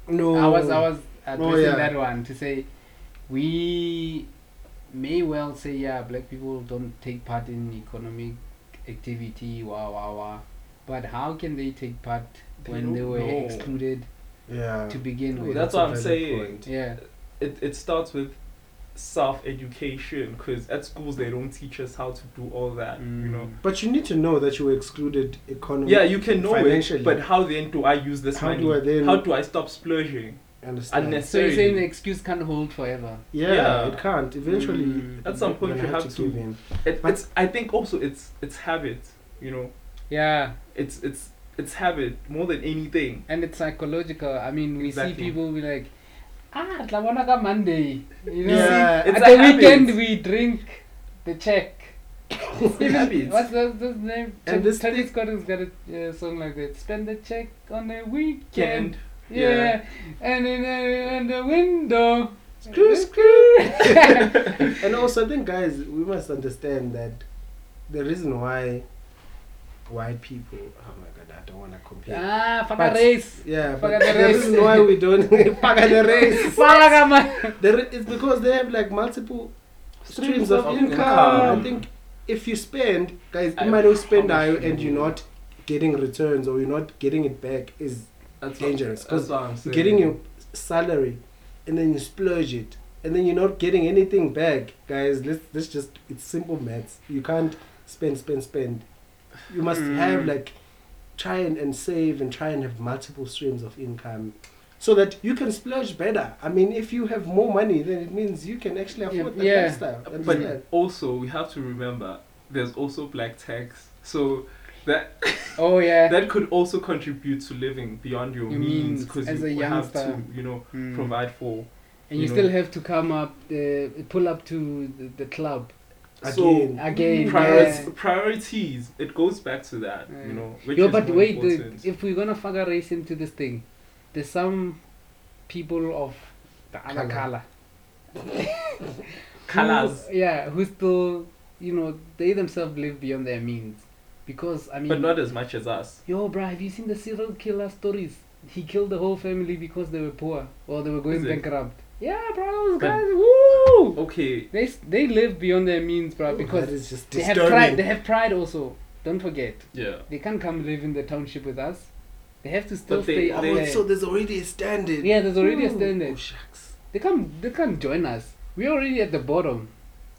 Speaker 4: Oh.
Speaker 2: no.
Speaker 3: I was I was addressing
Speaker 2: yeah.
Speaker 3: that one to say we may well say yeah, black people don't take part in economic activity, wow wow wow. But how can they take part
Speaker 4: They
Speaker 3: when
Speaker 4: don't
Speaker 3: they were
Speaker 4: know.
Speaker 3: excluded
Speaker 2: yeah.
Speaker 3: to begin with?
Speaker 4: That's
Speaker 2: a
Speaker 4: what I'm
Speaker 2: valid
Speaker 4: saying.
Speaker 3: yeah.
Speaker 4: it, it starts with self-education because at schools they don't teach us how to do all that you
Speaker 3: Mm.
Speaker 4: know
Speaker 2: But you need to know that you were excluded economically.
Speaker 4: yeah you can know it
Speaker 2: Mm. Financially.
Speaker 4: but how then do i use this
Speaker 2: How
Speaker 4: money
Speaker 2: do I then-
Speaker 4: how do i stop splurging
Speaker 2: understand?
Speaker 4: unnecessary.
Speaker 3: So you're saying
Speaker 4: Necessarily.
Speaker 3: the excuse can't hold forever.
Speaker 2: yeah,
Speaker 4: Yeah.
Speaker 2: it can't. Eventually,
Speaker 3: Mm.
Speaker 4: At some point
Speaker 2: you're
Speaker 4: you
Speaker 2: gonna
Speaker 4: have
Speaker 2: give
Speaker 4: to.
Speaker 2: in.
Speaker 4: It,
Speaker 2: But-
Speaker 4: it's. I think also it's it's habit. You know,
Speaker 3: Yeah.
Speaker 4: it's it's it's habit more than anything.
Speaker 3: and it's psychological. I mean, we
Speaker 4: Exactly.
Speaker 3: see people be like, ah, Tlawanaka Monday. You know,
Speaker 2: Yeah,
Speaker 4: it's
Speaker 3: at
Speaker 4: a
Speaker 3: the
Speaker 4: habit.
Speaker 3: weekend we drink the check.
Speaker 4: It's habit.
Speaker 3: What's the, this name?
Speaker 2: And
Speaker 3: And this
Speaker 2: this
Speaker 3: Travis Scott's got a uh, song like that. Spend the check on the weekend.
Speaker 4: Weekend.
Speaker 3: Yeah.
Speaker 4: yeah.
Speaker 3: And in, uh, in the window.
Speaker 2: Screw, screw. and also, I think guys, we must understand that the reason why white people. Oh my God, I don't want to compare.
Speaker 3: Ah, fuck
Speaker 2: But-
Speaker 3: a race.
Speaker 2: Yeah,
Speaker 3: Fuck
Speaker 2: but
Speaker 3: the
Speaker 2: the
Speaker 3: race.
Speaker 2: reason why we don't paga the race.
Speaker 3: Fuck a man.
Speaker 2: The ra- it's because they have like multiple streams,
Speaker 4: Streams
Speaker 2: of,
Speaker 4: of
Speaker 2: income.
Speaker 4: income.
Speaker 2: I think if you spend, guys,
Speaker 4: I-
Speaker 2: you might not spend
Speaker 4: how
Speaker 2: I,
Speaker 4: much
Speaker 2: and you're
Speaker 4: more?
Speaker 2: not getting returns or you're not getting it back is
Speaker 4: That's
Speaker 2: Dangerous,
Speaker 4: What, that's what I'm
Speaker 2: you're
Speaker 4: saying.
Speaker 2: getting your salary and then you splurge it and then you're not getting anything back, guys. Let's let's just it's simple maths. You can't spend, spend, spend. You must
Speaker 3: Mm.
Speaker 2: have like try and, and save and try and have multiple streams of income. So that you can splurge better. I mean, if you have more money, then it means you can actually
Speaker 3: Yeah,
Speaker 2: afford
Speaker 3: yeah.
Speaker 2: that lifestyle. and
Speaker 4: But
Speaker 2: spend.
Speaker 4: also we have to remember there's also black tax. So that
Speaker 3: Oh, yeah.
Speaker 4: that could also contribute to living beyond your
Speaker 3: Your
Speaker 4: means
Speaker 3: means
Speaker 4: because
Speaker 3: as
Speaker 4: you
Speaker 3: a
Speaker 4: have to
Speaker 3: youngster.
Speaker 4: you know
Speaker 3: Mm.
Speaker 4: provide for.
Speaker 3: And you,
Speaker 4: you know.
Speaker 3: still have to come up, uh, pull up to the, the club
Speaker 4: So
Speaker 2: Again.
Speaker 3: again.
Speaker 4: priorities,
Speaker 3: yeah.
Speaker 4: priorities. It goes back to that.
Speaker 3: Yeah.
Speaker 4: You know. Which
Speaker 3: Yo,
Speaker 4: is
Speaker 3: but
Speaker 4: more
Speaker 3: wait, the,
Speaker 4: important.
Speaker 3: if we're gonna fuck a race into this thing, there's some people of the other
Speaker 2: Colour.
Speaker 3: color.
Speaker 4: Colours.
Speaker 3: Who, yeah, who still, you know, they themselves live beyond their means. Because, I mean,
Speaker 4: but not as much as us.
Speaker 3: yo, bruh, have you seen the serial killer stories? He killed the whole family because they were poor or they were going
Speaker 4: Is it?
Speaker 3: bankrupt. Yeah, bro, those
Speaker 4: But-
Speaker 3: guys, woo!
Speaker 4: Okay,
Speaker 3: They, s- they live beyond their means, bro,
Speaker 2: Oh, that
Speaker 3: uh, because
Speaker 2: is just
Speaker 3: they have pride. They have pride also. Don't forget.
Speaker 4: Yeah.
Speaker 3: they can't come live in the township with us. They have to still
Speaker 4: But they-
Speaker 3: stay
Speaker 4: they-
Speaker 3: up
Speaker 2: Oh,
Speaker 3: there.
Speaker 2: so there's already a standard.
Speaker 3: yeah, there's already a
Speaker 2: Ooh,
Speaker 3: standard.
Speaker 2: shucks.
Speaker 3: They can't they can't join us. We're already at the bottom.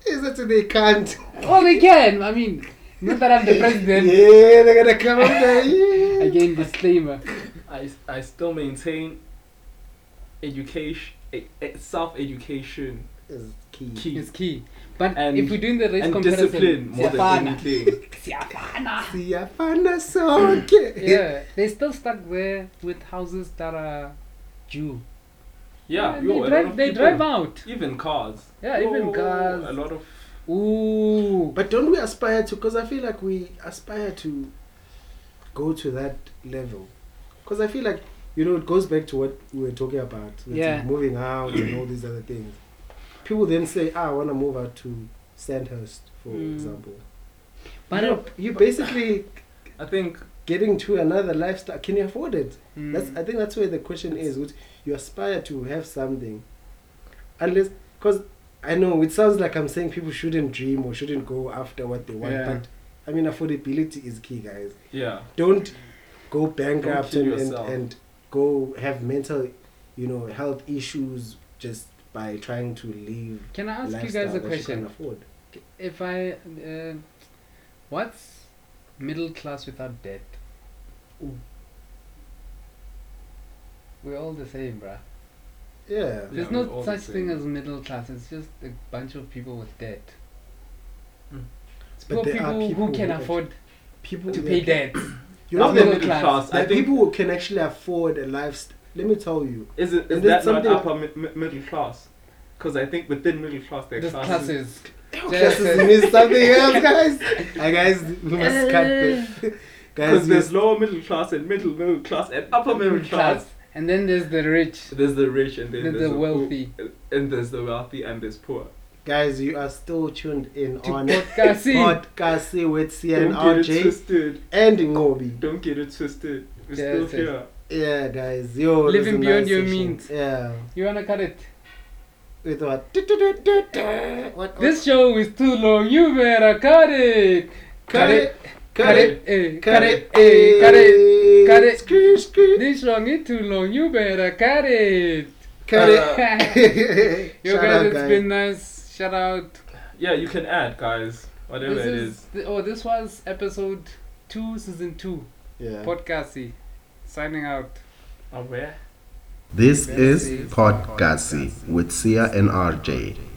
Speaker 2: Is it they can't?
Speaker 3: Oh, they can. I mean, not that I'm the president.
Speaker 2: Yeah, they're gonna come up there. Yeah.
Speaker 3: Again, disclaimer.
Speaker 4: I, I still maintain education, self education
Speaker 2: Is key.
Speaker 4: key.
Speaker 3: It's key. But
Speaker 4: And-
Speaker 3: if we're doing the race
Speaker 4: and
Speaker 3: comparison,
Speaker 4: discipline more than
Speaker 3: siyafana.
Speaker 4: anything.
Speaker 3: Siyafana.
Speaker 2: Siyafana sonke.
Speaker 3: yeah, they're still stuck there with houses that are Jew.
Speaker 4: Yeah,
Speaker 3: they
Speaker 4: yo, a lot
Speaker 3: drive.
Speaker 4: of
Speaker 3: They
Speaker 4: people-
Speaker 3: drive out.
Speaker 4: Even cars.
Speaker 3: Yeah, even cars.
Speaker 4: A lot of
Speaker 3: Ooh,
Speaker 2: But don't we aspire to? Because I feel like we aspire to go to that level. Because I feel like you know it goes back to what we were talking about. with
Speaker 3: Yeah.
Speaker 2: Moving out and all these other things. People then say, "Ah, I want to move out to Sandhurst, for
Speaker 3: Mm.
Speaker 2: example."
Speaker 3: but
Speaker 2: you you basically
Speaker 4: I think
Speaker 2: getting to another lifestyle. Can you afford it?
Speaker 3: Mm.
Speaker 2: That's I think that's where the question is. Which you aspire to have something, unless because I know it sounds like I'm saying people shouldn't dream or shouldn't go after what they want.
Speaker 3: Yeah.
Speaker 2: But I mean, affordability is key, guys.
Speaker 4: yeah.
Speaker 2: Don't go bankrupt
Speaker 4: kill
Speaker 2: and, and
Speaker 4: yourself.
Speaker 2: and go have mental, you know, health issues just by trying to live.
Speaker 3: Can I ask you
Speaker 2: lifestyle
Speaker 3: guys a
Speaker 2: that
Speaker 3: question?
Speaker 2: You can afford.
Speaker 3: If I, uh, what's middle class without debt? We're all the same, bruh.
Speaker 2: Yeah.
Speaker 4: Yeah,
Speaker 3: There's
Speaker 4: we're
Speaker 3: no
Speaker 4: all the
Speaker 3: such thing
Speaker 4: same.
Speaker 3: as middle class. It's just a bunch of people with debt. It's
Speaker 2: Hmm. But
Speaker 3: poor
Speaker 2: there are
Speaker 3: people, who
Speaker 2: people
Speaker 3: can
Speaker 2: who act-
Speaker 3: afford
Speaker 2: People
Speaker 3: to
Speaker 2: yeah,
Speaker 3: pay
Speaker 2: pe-
Speaker 3: debt.
Speaker 2: You know
Speaker 4: That's
Speaker 2: the
Speaker 3: middle
Speaker 4: middle
Speaker 3: class.
Speaker 4: class. I
Speaker 2: Like
Speaker 4: think
Speaker 2: people who can actually afford a lifestyle. Let me tell you,
Speaker 4: is it
Speaker 2: is
Speaker 4: is that
Speaker 2: this
Speaker 4: not
Speaker 2: something-
Speaker 4: upper mi- mi- middle class? Because I think within middle class there are
Speaker 3: There's
Speaker 4: classes.
Speaker 3: classes.
Speaker 2: classes means something else, guys. Uh, guys, we must cut this.
Speaker 4: Because
Speaker 2: guys,
Speaker 4: there's
Speaker 2: we,
Speaker 4: lower middle class and middle middle class and upper middle
Speaker 3: Middle
Speaker 4: class.
Speaker 3: class. And then there's the rich.
Speaker 4: There's the rich and then
Speaker 3: The-
Speaker 4: there's
Speaker 3: the
Speaker 4: poor-
Speaker 3: wealthy.
Speaker 4: and there's the wealthy and there's poor.
Speaker 2: guys, you are still tuned in
Speaker 3: To
Speaker 2: on
Speaker 3: podcasting.
Speaker 2: podcasting with
Speaker 4: Don't get it
Speaker 2: CNRJ
Speaker 4: twisted.
Speaker 2: and Ngobi.
Speaker 4: Don't get it twisted. We're still
Speaker 3: Yes, yes.
Speaker 4: here.
Speaker 2: Yeah, guys, yo, it was
Speaker 3: Living
Speaker 2: a
Speaker 3: beyond
Speaker 2: nice
Speaker 3: your
Speaker 2: session.
Speaker 3: means.
Speaker 2: Yeah,
Speaker 3: You wanna cut it?
Speaker 2: with what? What- what?
Speaker 3: This show is too long. You better cut it.
Speaker 2: cut it,
Speaker 3: Cut it. eh,
Speaker 2: cut it,
Speaker 3: eh, Cut it.
Speaker 2: eh,
Speaker 3: cut it.
Speaker 2: screw, screw,
Speaker 3: This song is too long. You better cut it.
Speaker 2: cut
Speaker 4: Uh,
Speaker 2: it.
Speaker 3: Yo
Speaker 2: Shout
Speaker 3: guys,
Speaker 2: out,
Speaker 3: it's been nice. Shout out.
Speaker 4: Yeah, you can add guys, whatever
Speaker 3: this
Speaker 4: it
Speaker 3: is,
Speaker 4: is.
Speaker 3: th- oh, this was episode two, season two,
Speaker 2: Yeah.
Speaker 3: podcasty. Signing out.
Speaker 4: Aware.
Speaker 1: This
Speaker 3: This
Speaker 1: is
Speaker 3: is
Speaker 1: Podcasty with Sia and RJ.